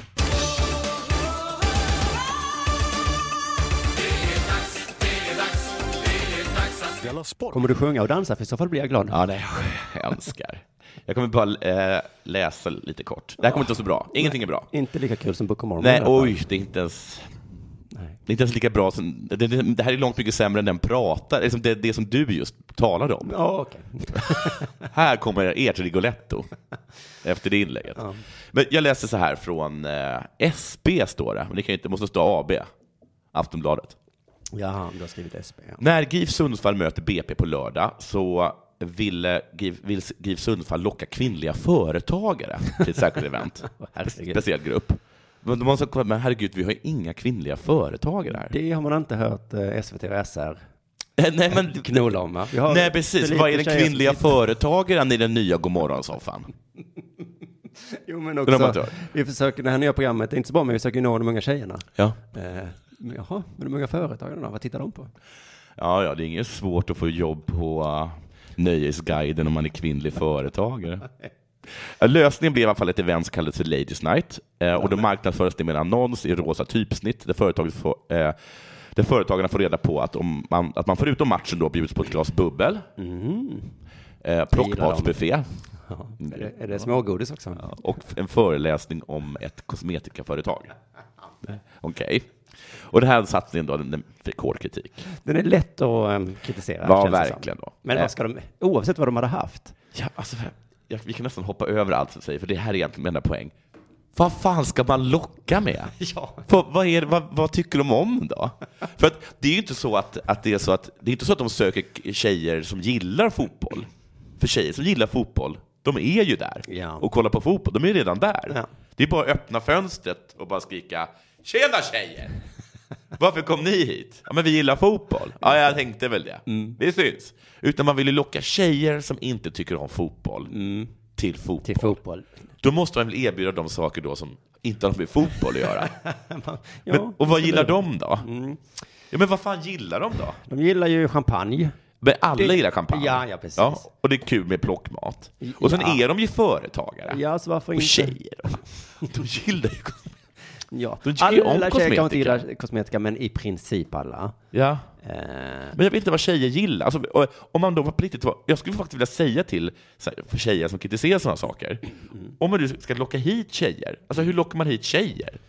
Speaker 2: Kommer du sjunga och dansa? För i så fall blir jag glad.
Speaker 3: Ja, nej, jag önskar. Jag kommer bara eh, läsa lite kort. Det här kommer inte att så bra. Ingenting är bra.
Speaker 2: Inte lika kul som Book of Mormon. i
Speaker 3: Nej,
Speaker 2: alla fall.
Speaker 3: oj, det är inte ens... Det är inte ens lika bra som... Det, det, det här är långt mycket sämre än den pratar, liksom det, det som du just talade om.
Speaker 2: Ja, okej.
Speaker 3: Här kommer ert Rigoletto efter det inlägget. Men jag läser så här från eh, SB, står det. Men det kan ju inte, måste stå AB, Aftonbladet.
Speaker 2: Jaha, du har skrivit SP. ja.
Speaker 3: När GIF Sundsvall möter BP på lördag så ville GIF, vill GIF Sundsvall locka kvinnliga företagare till ett särskilt event.
Speaker 2: Herregud.
Speaker 3: Speciell grupp. Men de har sagt, men herregud, vi har ju inga kvinnliga företagare här. Eh,
Speaker 2: Det har man inte hört eh, SVT och SR
Speaker 3: nej, men,
Speaker 2: knola om, va? Vi har
Speaker 3: nej,
Speaker 2: för
Speaker 3: precis.
Speaker 2: lite
Speaker 3: Vad är den
Speaker 2: tjejer som
Speaker 3: kvinnliga
Speaker 2: sitter-
Speaker 3: företagaren i den nya Godmorgonsoffan?
Speaker 2: Jo, men
Speaker 3: Det har man
Speaker 2: också,
Speaker 3: inte
Speaker 2: vi försöker, det här nya programmet, det är inte så bra, men vi försöker nå de unga tjejerna.
Speaker 3: Ja.
Speaker 2: Eh, men jaha, men de unga företagen då, vad tittar de på?
Speaker 3: ja, ja, det är inget svårt att få jobb på uh, Nöjesguiden om man är kvinnlig företagare. Ja, Lösningen blev i alla fall ett event som kallades för Ladies Night. Eh, och då marknadsförs det med en annons i rosa typsnitt där, företaget får, eh, där företagarna får reda på att, om man, att man förutom matchen då bjuds på ett glas bubbel, eh, plockmatsbuffé
Speaker 2: Mm.
Speaker 3: Mm.
Speaker 2: Är det, är det smågodis också?
Speaker 3: och en föreläsning om ett kosmetikaföretag. Okej. Och den här satsningen då, den den fick hård kritik.
Speaker 2: Den är lätt att um, kritisera.
Speaker 3: Ja,
Speaker 2: känns det som.
Speaker 3: verkligen då.
Speaker 2: Men
Speaker 3: Eh.
Speaker 2: vad ska de, oavsett vad de hade haft,
Speaker 3: Ja, alltså, jag, vi kan nästan hoppa över allt som säger, för det här är egentligen min enda poäng. Vad fan ska man locka med?
Speaker 2: Ja.
Speaker 3: Vad, vad, är, det- vad, vad tycker de om då? För att det är ju inte så att, att det är så att det är inte så att de söker k- tjejer som gillar fotboll. För tjejer som gillar fotboll, de är ju där
Speaker 2: Ja.
Speaker 3: och kollar på fotboll. De är ju redan där.
Speaker 2: Ja.
Speaker 3: Det är bara att öppna fönstret och bara skrika ”Tjena tjejer! Varför kom ni hit? Ja, men vi gillar fotboll. Ja, jag tänkte väl det.
Speaker 2: Mm.
Speaker 3: Det syns. Utan man vill ju locka tjejer som inte tycker om fotboll till fotboll.
Speaker 2: Mm. till fotboll.
Speaker 3: Då måste man väl erbjuda de saker då som inte har med fotboll att göra.
Speaker 2: Ja,
Speaker 3: Men, och vad gillar de då?
Speaker 2: Mm.
Speaker 3: Ja, men vad fan gillar de då?
Speaker 2: De gillar ju champagne.
Speaker 3: Men alla
Speaker 2: Det-
Speaker 3: gillar champagne.
Speaker 2: Ja, ja, precis.
Speaker 3: och det är kul med plockmat. Och sen
Speaker 2: Ja.
Speaker 3: är de ju företagare.
Speaker 2: Ja, så varför
Speaker 3: och
Speaker 2: inte?
Speaker 3: tjejer. då. De gillar ju...
Speaker 2: Ja.
Speaker 3: De tycker ju om
Speaker 2: alla tjejer kanske inte
Speaker 3: kosmetika.
Speaker 2: gillar kosmetika, men i princip alla.
Speaker 3: Ja.
Speaker 2: Eh,
Speaker 3: Men jag vet inte vad tjejer gillar. Alltså, och- om man då var på riktigt, var- jag skulle faktiskt vilja säga till så här, för tjejer som kritiserar sådana saker,
Speaker 2: Mm.
Speaker 3: om man nu ska locka hit tjejer, alltså hur lockar man hit tjejer?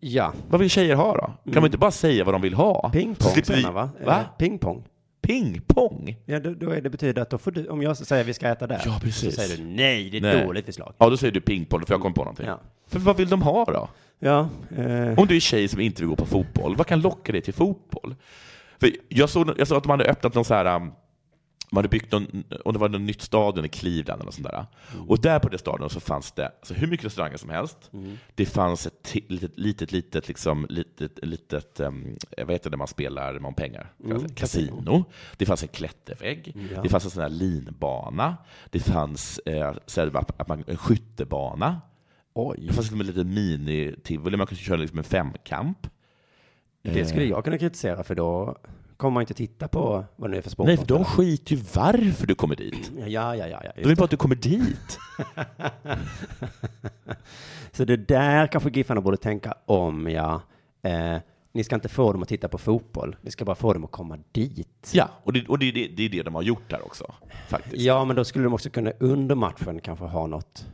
Speaker 2: ja.
Speaker 3: Vad vill tjejer ha då? Kan man inte bara säga vad de vill ha? Så
Speaker 2: Mm. Pingpong
Speaker 3: slipper vi-
Speaker 2: säger man, va? Eh,
Speaker 3: va?
Speaker 2: Pingpong.
Speaker 3: Pingpong?
Speaker 2: Ja, då, då är det betyder att då får du, om jag säger vi ska äta där,
Speaker 3: Ja, precis.
Speaker 2: så säger du nej, det är
Speaker 3: Nej.
Speaker 2: dåligt förslag.
Speaker 3: Ja, då säger du pingpong, för jag kom på någonting.
Speaker 2: Ja.
Speaker 3: För vad vill de ha då?
Speaker 2: Ja, eh,
Speaker 3: Om du är tjej som inte vill gå på fotboll, vad kan locka dig till fotboll? För jag, såg, jag såg att de hade öppnat någon så här um, man hade byggt någon, och det var någon nytt stadion i Cleveland eller sånt där. Och där på det stadion så fanns det alltså, hur mycket restauranger som helst. Det fanns ett ti- litet, litet, litet, liksom, litet, litet um, vad heter det man spelar med om pengar? Casino. Det fanns en klättervägg. Det fanns en sån här linbana. Det fanns eh, så här, att man, en skyttebana. Oj. Det fanns liksom en liten mini-tivoli. Man kunde köra liksom en femkamp.
Speaker 2: Det skulle jag kunna kritisera för då kommer man inte titta på vad det är för sport.
Speaker 3: Nej, för de skiter ju varför du kommer dit.
Speaker 2: Ja, ja, ja. ja,
Speaker 3: De
Speaker 2: ja.
Speaker 3: vill bara att du kommer dit.
Speaker 2: Så det där kanske Giffarna borde tänka om, ja. Eh, ni ska inte få dem att titta på fotboll. Ni ska bara få dem att komma dit.
Speaker 3: Ja, och det, och det, är det, det är det de har gjort här också. Faktiskt.
Speaker 2: Ja, men då skulle de också kunna under matchen kanske ha något.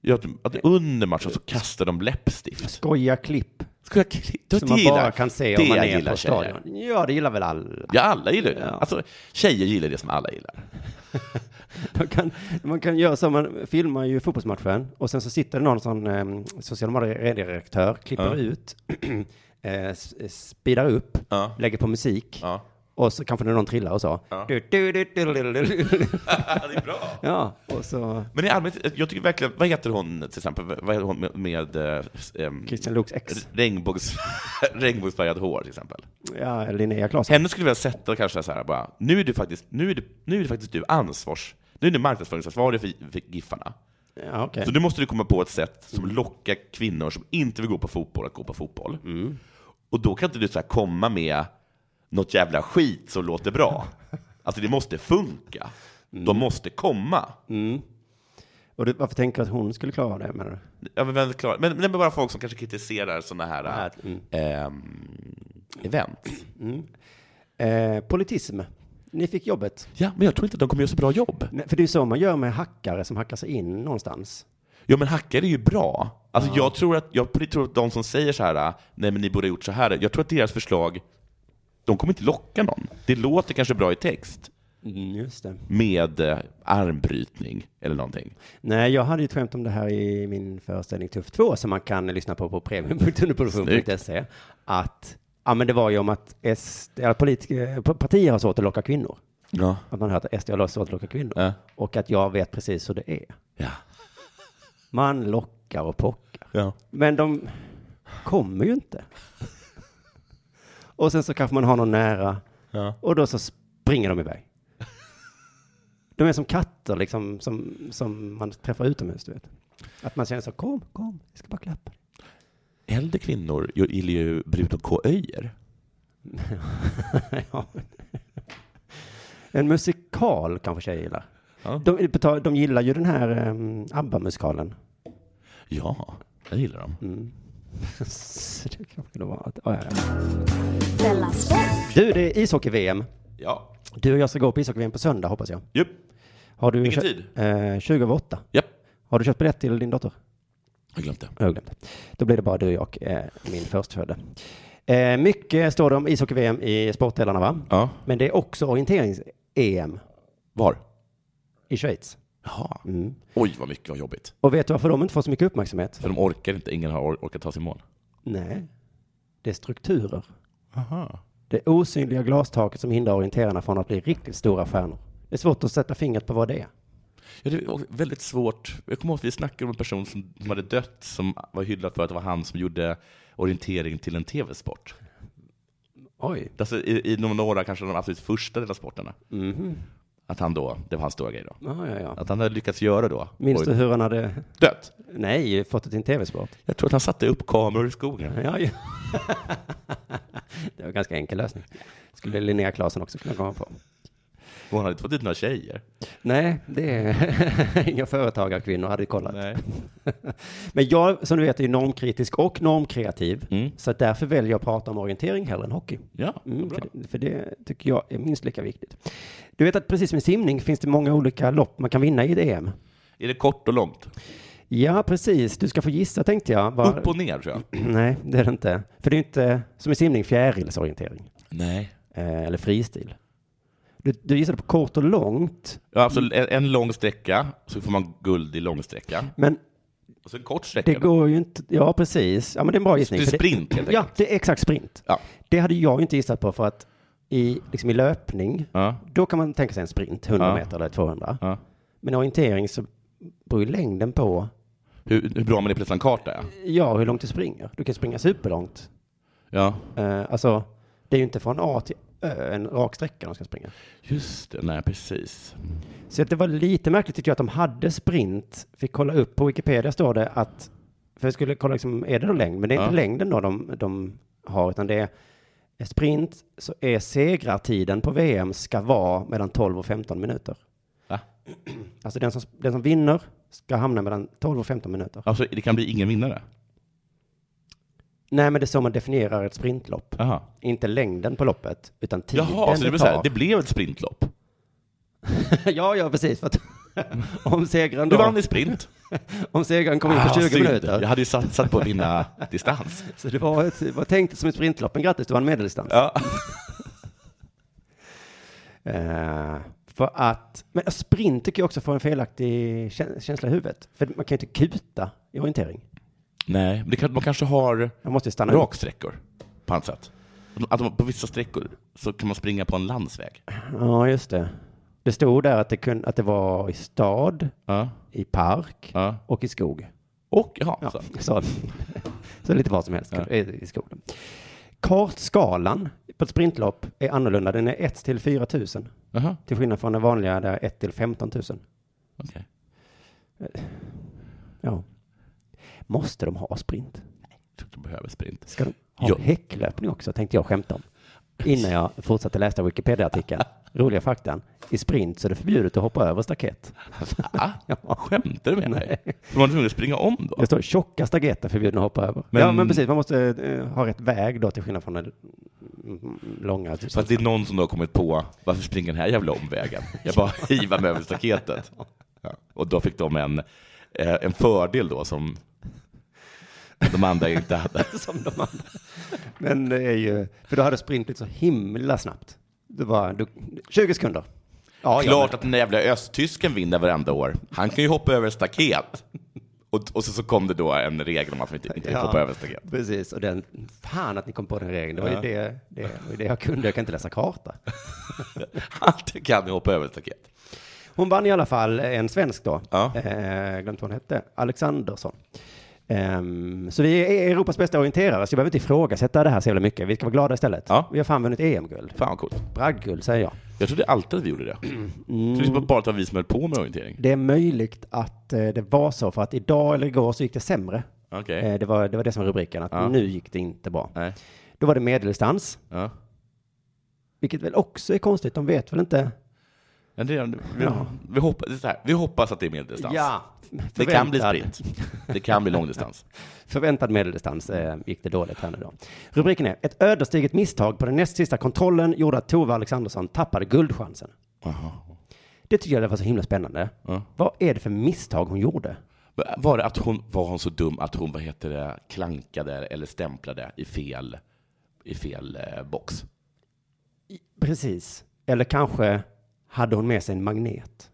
Speaker 3: Ja. Att, att under matchen så kastar de läppstift.
Speaker 2: Skoja klipp
Speaker 3: Ska jag klitta?
Speaker 2: som man
Speaker 3: Det
Speaker 2: bara
Speaker 3: gillar-
Speaker 2: kan se
Speaker 3: det
Speaker 2: om man
Speaker 3: jag
Speaker 2: är
Speaker 3: gillar
Speaker 2: på
Speaker 3: tjejer.
Speaker 2: stadion. Ja, det gillar väl alla.
Speaker 3: Ja, alla gillar det.
Speaker 2: Ja.
Speaker 3: Alltså, tjejer gillar det som alla gillar.
Speaker 2: Man kan, man kan göra så, man filmar ju fotbollsmatchen och sen så sitter det någon sån eh, social medieredaktör, klipper
Speaker 3: Ja.
Speaker 2: ut, eh, s- speedar upp,
Speaker 3: Ja.
Speaker 2: lägger på musik
Speaker 3: Ja.
Speaker 2: och så kanske det är någon trillar och så.
Speaker 3: Ja.
Speaker 2: Du, du, du, du, du, du, du.
Speaker 3: det är bra.
Speaker 2: ja, och så
Speaker 3: Men i allmänhet, jag tycker verkligen, vad heter hon till exempel, vad heter hon med, med eh, ehm,
Speaker 2: Christian Luuks ex,
Speaker 3: regnbågs, regnbågsfärgat hår till exempel?
Speaker 2: ja, Linnea Claesson.
Speaker 3: Henne skulle jag vilja sätta kanske så här bara, nu är du faktiskt, nu är du, nu är du faktiskt du ansvars, nu är du marknadsföringsansvarig för, för Giffarna.
Speaker 2: Ja, okej.
Speaker 3: Så nu måste du komma på ett sätt som lockar kvinnor som inte vill gå på fotboll att gå på fotboll. Och då kan inte du så här komma med något jävla skit som låter bra. Alltså det måste funka. De måste komma.
Speaker 2: Och du, varför tänker du att hon skulle klara det? Menar du?
Speaker 3: Ja, men, vem klarar- men, men det är bara folk som kanske kritiserar sådana här
Speaker 2: Mm.
Speaker 3: ehm, event.
Speaker 2: Eh, politism. Ni fick jobbet.
Speaker 3: Ja, men jag tror inte att de kommer göra så bra jobb.
Speaker 2: Nej, För det är ju så man gör med hackare som hackar sig in någonstans.
Speaker 3: Ja, men hackare är ju bra. Alltså, jag, tror att, jag tror att de som säger så här, nej men ni borde ha gjort så här, jag tror att deras förslag, de kommer inte locka någon. Det låter kanske bra i text,
Speaker 2: Mm, just det.
Speaker 3: med eh, armbrytning eller någonting.
Speaker 2: Nej, jag hade ju ett skämt om det här i min föreställning Tuff 2 som man kan lyssna på på premium.underproduktion.se. Att, ja men det var ju om att SD, eller politiker, eh, p- partier har svårt att locka kvinnor.
Speaker 3: Ja.
Speaker 2: Att man har hört att SD har svårt att locka kvinnor.
Speaker 3: Ja.
Speaker 2: Och att jag vet precis hur det är.
Speaker 3: Ja.
Speaker 2: Man lockar och pockar.
Speaker 3: ja.
Speaker 2: Men de kommer ju inte. Och sen så kanske man har någon nära.
Speaker 3: Ja.
Speaker 2: Och då så springer de iväg. De är som katter liksom, som, som man träffar utomhus, du vet. Att man känner så, kom, kom, jag ska bara klappa.
Speaker 3: Äldre kvinnor gör- gillar ju Bruton K. Öijer.
Speaker 2: Ja. en musikal kanske tjejer gillar.
Speaker 3: Ja.
Speaker 2: De, betal- de gillar ju den här em, ABBA-musikalen.
Speaker 3: Ja, jag gillar dem.
Speaker 2: Så det kanske kunde vara att, ja, ja, ja.
Speaker 4: Della Sport.
Speaker 2: Du, det är ishockey-VM.
Speaker 3: Ja.
Speaker 2: Du och jag ska gå på ishockey-VM på söndag, hoppas jag.
Speaker 3: Jupp.
Speaker 2: Har du
Speaker 3: Vilken
Speaker 2: kö-
Speaker 3: tid?
Speaker 2: Eh, 20 över åtta.
Speaker 3: Japp.
Speaker 2: Har du köpt biljett till din dotter?
Speaker 3: Jag glömde.
Speaker 2: Jag glömde. Då blir det bara du och eh, min förstfödde. Eh, mycket står det om ishockey-VM i sportdelarna, va?
Speaker 3: Ja.
Speaker 2: Men det är också orienterings-EM
Speaker 3: Var?
Speaker 2: i Schweiz. Mm.
Speaker 3: Jaha. Oj, vad mycket, vad jobbigt.
Speaker 2: Och vet du varför de inte får så mycket uppmärksamhet?
Speaker 3: För de orkar inte, ingen har or- orkat ta sin mål.
Speaker 2: Nej, det är strukturer.
Speaker 3: Aha.
Speaker 2: Det osynliga glastaket som hindrar orienterarna från att bli riktigt stora stjärnor. Det är svårt att sätta fingret på vad det är.
Speaker 3: Ja, det var väldigt svårt. Jag kommer ihåg att vi snackade om en person som, som hade dött, som var hyllad för att det var han som gjorde orientering till en tv-sport.
Speaker 2: Oj.
Speaker 3: Alltså, i, I de- några, kanske de absolut första delarna sporterna. Att han då, det var hans stora grej då.
Speaker 2: Mhm. Ja, ja, ja.
Speaker 3: Att han hade lyckats göra då.
Speaker 2: Minns
Speaker 3: Oj,
Speaker 2: du hur han hade,
Speaker 3: Dött.
Speaker 2: nej, fått det till en tv-sport?
Speaker 3: Jag tror att han satte upp kameror i skogen.
Speaker 2: Ja, ja. Det var en ganska enkel lösning. Skulle
Speaker 3: Mm.
Speaker 2: Linnea Claesson också kunna komma på.
Speaker 3: Och han hade inte fått dit några tjejer.
Speaker 2: Nej, det är inga företagarkvinnor hade kollat.
Speaker 3: Nej.
Speaker 2: Men jag, som du vet, är ju normkritisk och normkreativ.
Speaker 3: Mm.
Speaker 2: Så att därför väljer jag att prata om orientering hellre än hockey.
Speaker 3: Ja,
Speaker 2: Mm,
Speaker 3: bra.
Speaker 2: för, det, för det tycker jag är minst lika viktigt. Du vet att precis som i simning finns det många olika lopp man kan vinna i ett EM.
Speaker 3: Är det kort och långt?
Speaker 2: Ja, precis. Du ska få gissa tänkte jag. Var...
Speaker 3: Upp och ner tror jag.
Speaker 2: Nej, det är det inte. För det är inte, som i simning, fjärilsorientering.
Speaker 3: Nej.
Speaker 2: Eh, eller fristil. Du, du gissade på kort och långt,
Speaker 3: Ja, absolut. En, en lång sträcka, så får man guld i långsträcka.
Speaker 2: men
Speaker 3: Och så en kort sträcka.
Speaker 2: det går ju inte. Ja, precis. Ja, men det är en bra gissning.
Speaker 3: Det är
Speaker 2: för
Speaker 3: sprint helt
Speaker 2: Ja,
Speaker 3: enkelt.
Speaker 2: det är exakt sprint.
Speaker 3: Ja.
Speaker 2: Det hade jag inte gissat på för att i, liksom i löpning,
Speaker 3: Ja,
Speaker 2: då kan man tänka sig en sprint, 100
Speaker 3: Ja.
Speaker 2: meter eller 200.
Speaker 3: ja.
Speaker 2: Men orientering så beror ju längden på
Speaker 3: Hur, hur bra man är på att läsa en karta, ja.
Speaker 2: ja, hur långt du springer. Du kan springa superlångt.
Speaker 3: ja.
Speaker 2: Eh, alltså, det är ju inte från A till Ö en rak sträcka de ska springa.
Speaker 3: Just det, nej precis.
Speaker 2: Så att det var lite märkligt tycker jag att de hade sprint. Fick kolla upp på Wikipedia står det att, för jag skulle kolla liksom, är det då längd? Men det är
Speaker 3: Ja.
Speaker 2: inte längden då de, de har, utan det är sprint så är segrartiden på VM ska vara mellan 12 och 15 minuter.
Speaker 3: Va?
Speaker 2: Alltså den som, den som vinner ska hamna mellan 12 och 15 minuter.
Speaker 3: Alltså, det kan bli ingen vinnare?
Speaker 2: Nej, men det är så man definierar ett sprintlopp.
Speaker 3: Jaha.
Speaker 2: Inte längden på loppet, utan tiden
Speaker 3: Jaha, så det,
Speaker 2: det
Speaker 3: blev så här,
Speaker 2: tar.
Speaker 3: det blev ett sprintlopp.
Speaker 2: ja, ja, precis. För att om segraren
Speaker 3: Du vann
Speaker 2: då,
Speaker 3: i sprint.
Speaker 2: om segraren kom in på
Speaker 3: Ah,
Speaker 2: 20
Speaker 3: synd.
Speaker 2: minuter.
Speaker 3: Jag hade ju satsat på att vinna distans.
Speaker 2: Så det var, ett, det var tänkt som ett sprintlopp, men grattis, du vann medeldistans.
Speaker 3: Ja.
Speaker 2: Eh, för att, men sprint tycker jag också får en felaktig kä- känsla i huvudet. För man kan ju inte kuta i orientering.
Speaker 3: Nej, men det kan, man kanske har
Speaker 2: Man måste ju stanna upp.
Speaker 3: raksträckor på annat sätt. Att de, på vissa sträckor så kan man springa på en landsväg.
Speaker 2: Ja, just det. Det stod där att det, kun, att det var i stad,
Speaker 3: Ja.
Speaker 2: i park
Speaker 3: Ja.
Speaker 2: och i skog.
Speaker 3: Och, jaha,
Speaker 2: Ja,
Speaker 3: så.
Speaker 2: så, så lite vad som helst
Speaker 3: Ja.
Speaker 2: i, i skolan. Kartskalan på ett sprintlopp är annorlunda. Den är 1 till 4 000.
Speaker 3: Jaha,
Speaker 2: Till skillnad från den vanliga där 1 till 15 000.
Speaker 3: okej.
Speaker 2: Ja. Måste de ha sprint?
Speaker 3: Jag tror att de behöver sprint.
Speaker 2: Ska de ha
Speaker 3: Ja.
Speaker 2: häcklöpning också? Tänkte jag skämta om. Innan jag fortsatte läsa Wikipedia-artikeln. Roliga faktan. I sprint så är det förbjudet att hoppa över staket.
Speaker 3: Ah,
Speaker 2: Ja.
Speaker 3: skämtar du med mig? De var tvungna att springa om då?
Speaker 2: Det står tjocka staket är förbjudna att hoppa över.
Speaker 3: Men-
Speaker 2: Ja, men precis. Man måste eh, ha rätt väg då till skillnad från den mm, långa.
Speaker 3: Så att det är någon som då har kommit på, varför springer den här jävla omvägen? Jag bara hivar mig över staketet. Ja. Och då fick de en, eh, en fördel då som de andra inte hade.
Speaker 2: som de andra. Men det är ju, för då hade sprint blivit så himla snabbt. Det var du, 20 sekunder. Ja,
Speaker 3: Klart att den där jävla östtysken vinner varenda år. Han kan ju hoppa över staket. Och, och så, så kom det då en regel om att man inte, inte fick
Speaker 2: Ja.
Speaker 3: hoppa över staket.
Speaker 2: men, precis, och den, fan att ni kom på den regeln. Det var
Speaker 3: Ja.
Speaker 2: ju det, det, det, var ju det jag kunde. Jag kan inte läsa karta.
Speaker 3: Alltid kan ni hoppa över staket.
Speaker 2: Hon vann i alla fall en svensk då.
Speaker 3: Ja.
Speaker 2: Eh, glömt vad hon hette. Alexandersson. Ehm, så vi är Europas bästa orienterare, så jag behöver inte ifrågasätta det här så jävla mycket. Vi ska vara glada istället.
Speaker 3: Ja.
Speaker 2: Vi har fan vunnit EM-guld.
Speaker 3: Fan vad coolt.
Speaker 2: Bragdguld säger jag.
Speaker 3: Jag trodde alltid att vi gjorde det.
Speaker 2: Mm.
Speaker 3: Jag trodde bara att det var vi som höll på med orientering.
Speaker 2: Det är möjligt att eh, det var så, för att idag eller igår så gick det sämre.
Speaker 3: Okej.
Speaker 2: Eh, det, var, det var det som var rubriken, att
Speaker 3: Ja.
Speaker 2: nu gick det inte bra.
Speaker 3: Nej.
Speaker 2: Då var det medeldistans,
Speaker 3: Ja.
Speaker 2: vilket väl också är konstigt. De vet väl inte?
Speaker 3: Men det, är- vi,
Speaker 2: Ja.
Speaker 3: vi, hoppas, det är så här, vi hoppas att det är medeldistans. det kan bli
Speaker 2: förväntad-
Speaker 3: sprint. Det kan bli långdistans.
Speaker 2: Förväntad medeldistans eh, gick det dåligt här nu då. Rubriken är Ett ödesdigert misstag på den näst sista kontrollen gjorde att Tove Alexandersson tappade guldchansen. Det tycker jag var så himla spännande.
Speaker 3: Ja.
Speaker 2: Vad är det för misstag hon gjorde?
Speaker 3: Var det att hon var hon så dum att hon vad heter det, klankade eller stämplade i fel, i fel eh, box?
Speaker 2: Precis. Eller kanske hade hon med sig en magnet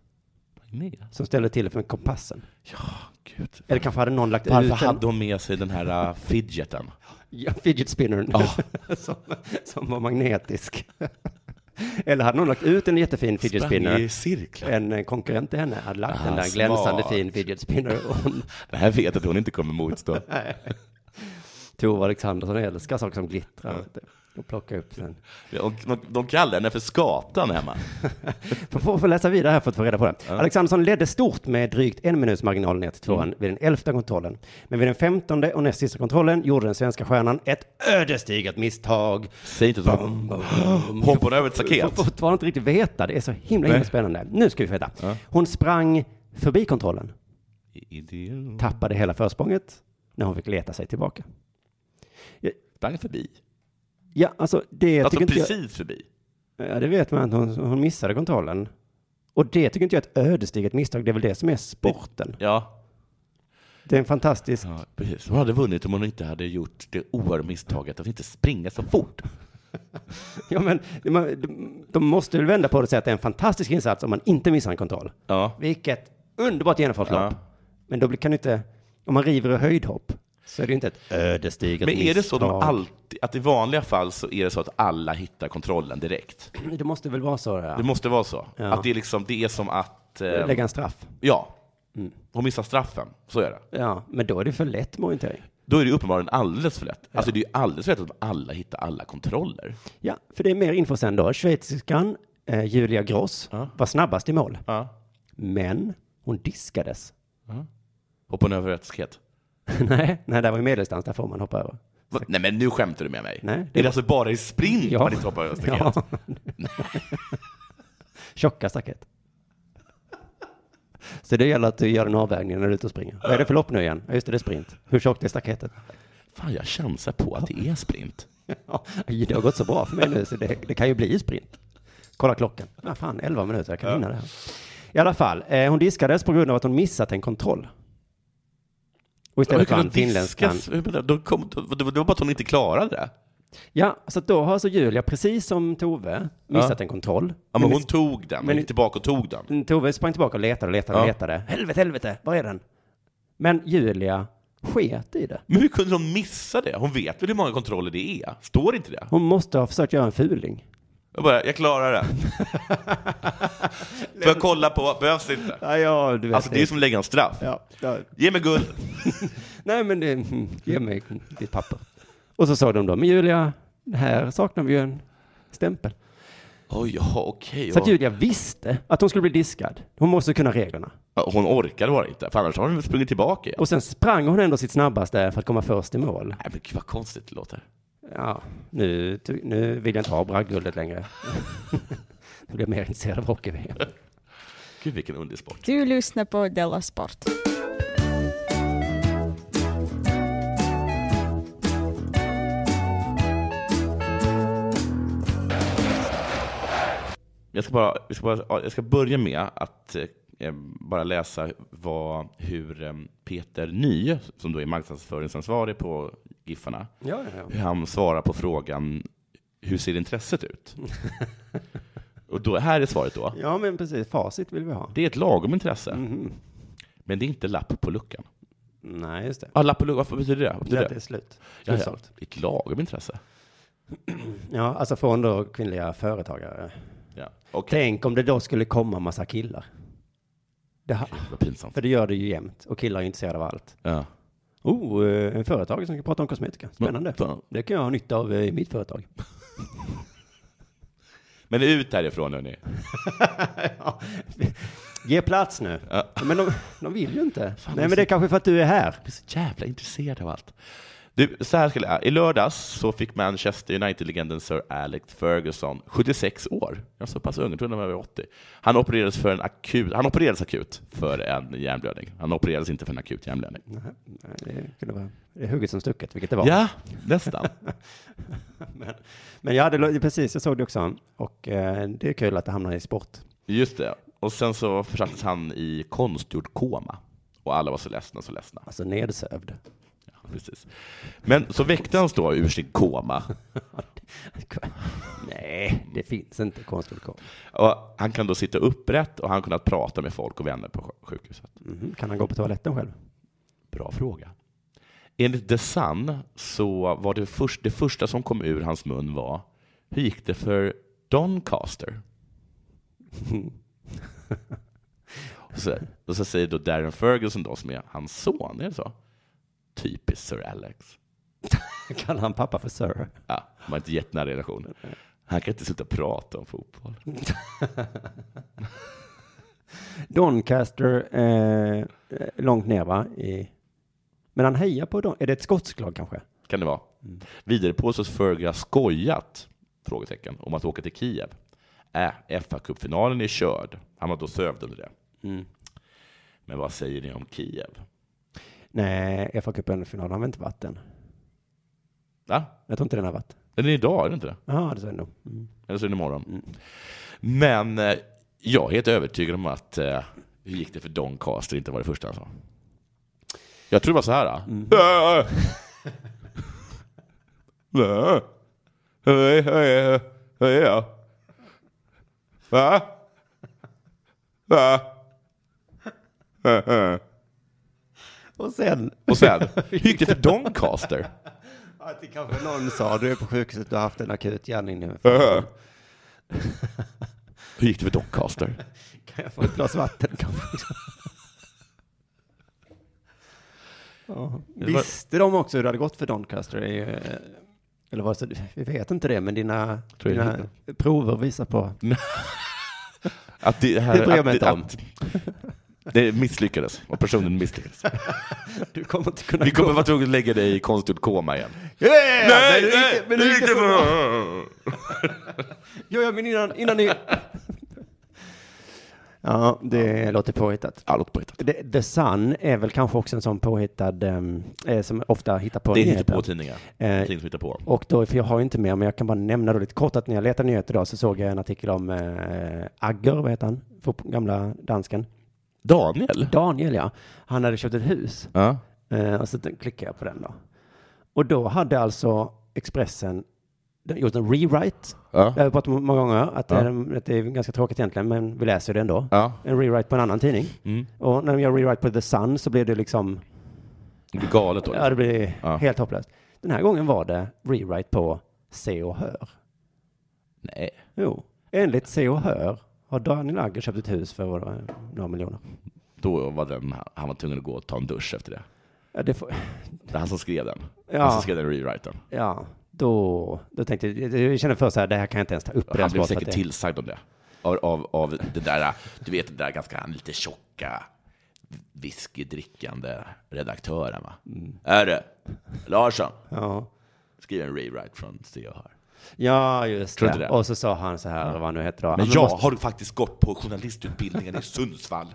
Speaker 3: Magnet?
Speaker 2: som ställde till det för kompassen.
Speaker 3: Ja, gud.
Speaker 2: Eller kanske hade någon lagt
Speaker 3: Varför
Speaker 2: ut en
Speaker 3: hade hon med sig den här eh, fidgeten?
Speaker 2: ja, fidget spinnern
Speaker 3: Ja.
Speaker 2: som, som var magnetisk. Eller hade någon lagt ut en jättefin fidget
Speaker 3: Sprang
Speaker 2: spinner?
Speaker 3: i cirklar.
Speaker 2: En eh, konkurrent till henne hade lagt
Speaker 3: Ah,
Speaker 2: en där glänsande
Speaker 3: smart.
Speaker 2: fin fidget spinner och hon
Speaker 3: Det här vet jag att hon inte kommer motstå.
Speaker 2: Tove Alexandersson älskar saker som glittrar. vet du. Och plocka upp sen.
Speaker 3: De, de, de kallar henne för Skatan hemma.
Speaker 2: Får, får, får läsa vidare här för att få reda på det. Alexandersson ledde stort med drygt en minuts marginal ner till
Speaker 3: Mm.
Speaker 2: tvåan vid den elfte kontrollen. Men vid den femtonde och näst sista kontrollen gjorde den svenska stjärnan ett ödesdigert misstag.
Speaker 3: Säg inte så. Hoppar hon över ett
Speaker 2: Jag får
Speaker 3: staket?
Speaker 2: fortfarande inte riktigt veta. Det är så himla, himla
Speaker 3: Nej.
Speaker 2: spännande. Nu ska vi få veta. Hon sprang förbi kontrollen,
Speaker 3: Idiot.
Speaker 2: tappade hela försprånget när hon fick leta sig tillbaka.
Speaker 3: Sprang förbi.
Speaker 2: Ja, alltså det
Speaker 3: Alltså
Speaker 2: tycker inte jag...
Speaker 3: precis förbi.
Speaker 2: Ja, det vet man att hon, hon missade kontrollen. Och det tycker inte jag är ett ödesdigert misstag. Det är väl det som är sporten.
Speaker 3: Ja,
Speaker 2: Det är en fantastisk...
Speaker 3: Ja, precis. Hon hade vunnit om hon inte hade gjort det oerhörda misstaget att inte springa så fort.
Speaker 2: Ja, men man, de måste väl vända på det och säga att det är en fantastisk insats om man inte missar en kontroll.
Speaker 3: Ja.
Speaker 2: Vilket underbart genomfört
Speaker 3: Ja.
Speaker 2: lopp. Men då blir- kan du inte... Om man river och höjdhopp, Så är det ju inte ett ödesdigert
Speaker 3: Men är det så att, de
Speaker 2: misstag.
Speaker 3: alltid, att i vanliga fall så är det så att alla hittar kontrollen direkt?
Speaker 2: Det måste väl vara så?
Speaker 3: Det
Speaker 2: Ja.
Speaker 3: måste vara så.
Speaker 2: Ja.
Speaker 3: Att det är, liksom, det är som att... eh,
Speaker 2: Lägga Mm. en straff.
Speaker 3: ja, hon missar straffen. Så är det.
Speaker 2: Ja, men då är det för lätt orientering.
Speaker 3: Då är det ju uppenbarligen alldeles för lätt. Alltså det är ju alldeles för lätt att alla hittar alla kontroller.
Speaker 2: Ja, för det är mer info sen då. Schweiziskan eh, Julia Gross var snabbast i mål,
Speaker 3: Ja.
Speaker 2: men hon diskades.
Speaker 3: Hoppa över överrättskhet.
Speaker 2: nej, nej, där var ju medeldistans, där får man hoppa över.
Speaker 3: Va? Nej men nu skämtar du med mig.
Speaker 2: Nej, det
Speaker 3: det är
Speaker 2: var-
Speaker 3: det alltså bara i sprint
Speaker 2: Ja.
Speaker 3: man inte hoppar över överrättskhet?
Speaker 2: Ja. Tjocka staket. Så det gäller att du gör en avvägning när du är ute och springer. Vad är det för lopp nu igen? Ja, just det, det är sprint. Hur tjockt är staketet?
Speaker 3: Fan, jag chansar på att det är sprint.
Speaker 2: Ja, det har gått så bra för mig nu så det, det kan ju bli sprint. Kolla klockan. Ja, fan, 11 minuter, jag kan hinna det här. I alla fall, eh, hon diskades på grund av att hon missat en kontroll. Och
Speaker 3: Hur
Speaker 2: istället
Speaker 3: kan
Speaker 2: vann
Speaker 3: de
Speaker 2: finländskan.
Speaker 3: diskas? Hur menar du? De kom- de- Det var bara att hon inte klarade det.
Speaker 2: Ja, så att då har alltså Julia, precis som Tove, missat en kontroll.
Speaker 3: Ja, men hon tog den,
Speaker 2: men-
Speaker 3: men gick tillbaka och tog den.
Speaker 2: Mm, Tove sprang tillbaka och letade och letade och
Speaker 3: Ja.
Speaker 2: letade. Helvete, helvete, var är den? Men Julia sket i det.
Speaker 3: Men hur kunde hon missa det? Hon vet väl hur många kontroller det är? Står inte det?
Speaker 2: Hon måste ha försökt göra en fuling.
Speaker 3: Jag bara, jag klarar det. Får jag kolla på? Behövs det inte?
Speaker 2: Ja, ja du vet.
Speaker 3: Alltså det är ju som att lägga en straff. Ge mig guld.
Speaker 2: Nej, men det, mm, ge mig ditt papper. Och så sa de då, men Julia, här saknar vi ju en stämpel.
Speaker 3: Oj, ja, okej.
Speaker 2: Så att
Speaker 3: ja.
Speaker 2: Julia visste att hon skulle bli diskad. Hon måste kunna reglerna.
Speaker 3: Ja, Hon orkade bara inte, för annars har hon väl sprungit tillbaka igen.
Speaker 2: Och sen sprang hon ändå sitt snabbaste för att komma först i mål.
Speaker 3: Nej, men gud vad konstigt det låter.
Speaker 2: Ja, nu, ty- nu vill jag inte ha bragdguldet längre. nu blir jag mer intresserad av hockey-VM.
Speaker 3: Gud vilken undersport.
Speaker 1: Du lyssnar på Della Sport.
Speaker 3: Jag ska, bara, jag, ska bara, ja, jag ska börja med att eh, bara läsa vad, hur eh, Peter Ny, som då är marknadsföringsansvarig på Giffarna,
Speaker 2: Ja, ja,
Speaker 3: hur han svarar på frågan hur ser intresset ut? Och då, här är svaret då.
Speaker 2: ja, men precis. Facit vill vi ha.
Speaker 3: Det är ett lagom intresse,
Speaker 2: Mhm.
Speaker 3: men det är inte lapp på luckan.
Speaker 2: Nej, just det.
Speaker 3: Ah, lapp på luckan, vad betyder det? Vad
Speaker 2: Det
Speaker 3: betyder
Speaker 2: är
Speaker 3: det?
Speaker 2: slut.
Speaker 3: Ja, ja.
Speaker 2: Slutsålt.
Speaker 3: Det är ett lagom intresse.
Speaker 2: Ja, alltså från då kvinnliga företagare.
Speaker 3: Ja. Okej,
Speaker 2: Tänk om det då skulle komma massa killar. Det ha,
Speaker 3: vad pinsamt.
Speaker 2: för det gör det ju jämt. Och killar är intresserade av allt.
Speaker 3: Ja.
Speaker 2: Oh, eh, en företagare som kan prata om kosmetika. Spännande.
Speaker 3: Ja.
Speaker 2: Det kan jag ha nytta av eh, i mitt företag.
Speaker 3: Men ut härifrån hörni.
Speaker 2: Ja. Ge plats nu.
Speaker 3: Ja.
Speaker 2: Men de, de vill ju inte. Nej,
Speaker 3: vad
Speaker 2: men det är kanske för att du är här.
Speaker 3: Jag blir så jävla intresserad av allt. Du, så här skulle jag. I lördags så fick Manchester United-legenden Sir Alex Ferguson, 76 år, jag är så pass ung, jag tror han var över 80. Han opererades, för en akut, han opererades akut för en hjärnblödning. Han opererades inte för en akut hjärnblödning.
Speaker 2: Nej, nej, det kunde vara det är hugget som stucket, vilket det var.
Speaker 3: Ja, nästan.
Speaker 2: Men, men jag hade lo- precis, jag såg det också. Och eh, det är kul att det hamnar i sport.
Speaker 3: Just det. Och sen så försattes han i konstgjord koma. Och alla var så ledsna, så ledsna.
Speaker 2: Alltså nedsövd.
Speaker 3: Ja, precis. Men så väcktes han då ur sin koma.
Speaker 2: Nej, det finns inte konstgjord koma.
Speaker 3: Och han kan då sitta upprätt och han har kunnat prata med folk och vänner på sj- sjukhuset.
Speaker 2: Mhm, Kan han gå på toaletten själv?
Speaker 3: Bra fråga. Enligt The Sun så var det, först, det första som kom ur hans mun var Hur gick det för Doncaster? och, så, och så säger då Darren Ferguson då som är hans son, är det så? Typiskt Sir Alex.
Speaker 2: Kallar han pappa för sir?
Speaker 3: Ja, man har inte gett den här relationen. Han kan inte sluta prata om fotboll.
Speaker 2: Doncaster, eh, eh, långt ner va? I... Men han hejar på Don... Är det ett skotsk lag kanske?
Speaker 3: Kan det vara. Vidare påstås Fergie skojat frågetecken, om att åka till Kiev. Äh, FA-cupfinalen är körd. Han var då sövd under det.
Speaker 2: Mm.
Speaker 3: Men vad säger ni om Kiev?
Speaker 2: Nej, fa cupen finalen har väl inte varit än?
Speaker 3: Va?
Speaker 2: Jag tror inte den har varit.
Speaker 3: Den är idag, är det inte det?
Speaker 2: Ja, det sa jag nog. Mm.
Speaker 3: Eller så är det imorgon. Men eh, jag är helt övertygad om att eh, hur gick det för Doncaster inte var det första han sa. Jag tror det var så här. ah. Äh, äh. Äh. Hej, hej, hej, hej, ja. Va? Va? Äh, äh.
Speaker 2: Och sen?
Speaker 3: Och sen, hur gick det för Doncaster?
Speaker 2: Att det kanske någon sa, du är på sjukhuset, du har haft en akut hjärninfarkt.
Speaker 3: Öh. Hur gick det för Doncaster?
Speaker 2: Kan jag få ett glas vatten kanske? Ja. Visste de också hur det hade gått för Doncaster? Det är ju, eh, Eller var det så, vi vet inte det, men dina,
Speaker 3: Tror jag
Speaker 2: dina prover visar på...
Speaker 3: Att det, här,
Speaker 2: Det bryr jag mig
Speaker 3: att,
Speaker 2: inte om.
Speaker 3: att- det misslyckades, och personen misslyckades.
Speaker 2: Du kommer inte kunna
Speaker 3: Vi kommer vara tvungna att lägga dig i konstgjord koma igen.
Speaker 2: Yeah!
Speaker 3: Nej,
Speaker 2: men,
Speaker 3: nej,
Speaker 2: men,
Speaker 3: det
Speaker 2: hur
Speaker 3: gick
Speaker 2: gick
Speaker 3: det
Speaker 2: det för...
Speaker 3: för...
Speaker 2: Ja, ja, men innan, innan ni... ja, det låter påhittat.
Speaker 3: Ja, låt påhittat.
Speaker 2: The, The Sun är väl kanske också en sån påhittad, ehm, eh, som ofta hittar på
Speaker 3: Det är
Speaker 2: nyheter.
Speaker 3: inte på tidningar.
Speaker 2: Eh,
Speaker 3: Tidning som hittar på.
Speaker 2: Och då, för jag har ju inte med, men jag kan bara nämna då lite kort att när jag letade nyheter idag så såg jag en artikel om eh, Agger, vad heter han? Fotbo- gamla dansken.
Speaker 3: Daniel?
Speaker 2: Daniel, ja. Han hade köpt ett hus.
Speaker 3: Ja.
Speaker 2: Eh, och så t- klickade jag på den då. Och då hade alltså Expressen gjort en rewrite.
Speaker 3: Ja.
Speaker 2: Jag har pratat om många gånger att, det,
Speaker 3: Ja.
Speaker 2: är, att det är ganska tråkigt egentligen, men vi läser ju det ändå.
Speaker 3: ja.
Speaker 2: En rewrite på en annan tidning.
Speaker 3: Mm.
Speaker 2: Och när de gör rewrite på The Sun så blir det liksom,
Speaker 3: Det blir galet då. liksom.
Speaker 2: ja det blir
Speaker 3: Ja.
Speaker 2: helt hopplöst. Den här gången var det rewrite på Se och Hör.
Speaker 3: Nej.
Speaker 2: Jo, enligt Se och Hör har Daniel Agger köpt ett hus för vad det var, några miljoner.
Speaker 3: Då var den, han var tvungen att gå och ta en dusch efter det.
Speaker 2: Ja, det får,
Speaker 3: Det är han som skrev den. Han som
Speaker 2: ja,
Speaker 3: skrev den rewriten.
Speaker 2: ja då, då tänkte jag, jag kände först så här, det här kan jag inte ens ta upp på det här
Speaker 3: Han blev
Speaker 2: spåret, för
Speaker 3: säkert
Speaker 2: att det-
Speaker 3: tillsagd om det. Av, av, av det där, du vet den där ganska lite tjocka whiskydrickande redaktören va? Är det? Larsson,
Speaker 2: Ja.
Speaker 3: skriv en rewrite från Se och Hör.
Speaker 2: ja, just
Speaker 3: Tror
Speaker 2: det.
Speaker 3: inte det.
Speaker 2: Och så sa han så här, vad han nu heter då.
Speaker 3: Men
Speaker 2: "Ja,
Speaker 3: jag
Speaker 2: måste-
Speaker 3: har faktiskt gått på journalistutbildningen i Sundsvall.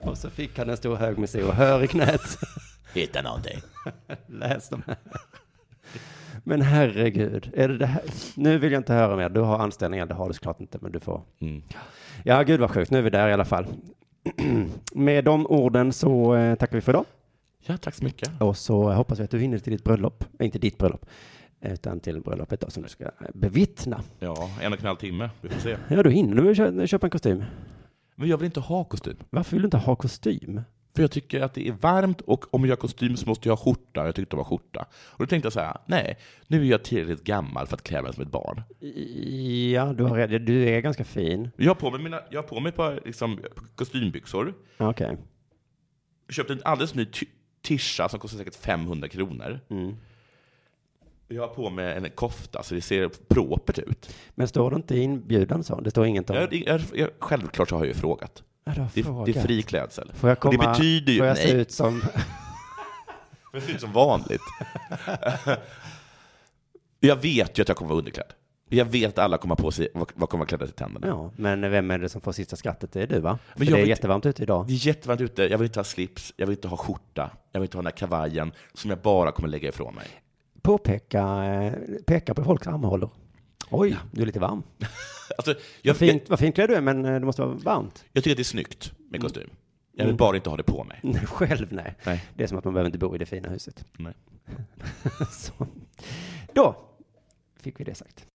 Speaker 2: Och så fick han en stor hög med Se och Hör i knät.
Speaker 3: Hitta någonting.
Speaker 2: Läs dem här. Men herregud, är det det här? Nu vill jag inte höra mer. Du har anställningen, det har du såklart inte, men du får.
Speaker 3: Mm.
Speaker 2: Ja, gud vad sjukt. Nu är vi där i alla fall. Med de orden så eh, tackar vi för idag.
Speaker 3: Ja, tack så mycket.
Speaker 2: Och så hoppas vi att du hinner till ditt bröllop. Eh, Inte ditt bröllop, utan till bröllopet då, som du ska eh, bevittna.
Speaker 3: Ja, en och en halv timme. Vi får se.
Speaker 2: Ja, du hinner du kö- köpa en kostym.
Speaker 3: Men jag vill inte ha kostym.
Speaker 2: Varför vill du inte ha kostym?
Speaker 3: För jag tycker att det är varmt och om jag har kostym så måste jag ha skjorta. Jag tyckte det var skjorta. Och då tänkte jag så här, nej, nu är jag tillräckligt gammal för att klä mig som ett barn.
Speaker 2: I- Ja, du, har, red- du är ganska fin.
Speaker 3: Jag har på mig, mina, jag har på mig ett par liksom, kostymbyxor.
Speaker 2: Ja, Ah, Okej.
Speaker 3: Jag köpte en alldeles ny ty- tisha som kostar säkert 500 kronor.
Speaker 2: Mm.
Speaker 3: Jag har på mig en kofta så det ser propert ut.
Speaker 2: Men står det inte i inbjudan så? Det står inget om...
Speaker 3: Jag, jag, jag, självklart så har jag ju frågat.
Speaker 2: Ja, du har
Speaker 3: Det, är- det är
Speaker 2: frågat.
Speaker 3: fri klädsel.
Speaker 2: Får jag
Speaker 3: Och det
Speaker 2: komma-
Speaker 3: betyder ju-
Speaker 2: Får jag se
Speaker 3: nej.
Speaker 2: ut som...
Speaker 3: Det ser ut som vanligt. jag vet ju att jag kommer vara underklädd. Jag vet att alla kommer ha på sig, vad vad kommer vara klädda till tänderna.
Speaker 2: Ja, men vem är det som får sista skrattet? Det är du va? För
Speaker 3: jag
Speaker 2: det är
Speaker 3: vet-
Speaker 2: jättevarmt ute idag.
Speaker 3: Det är jättevarmt ute, jag vill inte ha slips, jag vill inte ha skjorta, jag vill inte ha den här kavajen som jag bara kommer lägga ifrån mig.
Speaker 2: Påpeka, eh, peka på folks armhålor. Oj, du är lite varm.
Speaker 3: Alltså, jag, jag,
Speaker 2: Fint, vad fint klädd du är, men eh, det måste vara varmt.
Speaker 3: jag tycker att det är snyggt med kostym. Jag vill bara inte ha det på mig.
Speaker 2: Nej, Själv nej.
Speaker 3: Nej.
Speaker 2: Det är som att man behöver inte bo i det fina huset.
Speaker 3: Nej.
Speaker 2: Så. Då fick vi det sagt.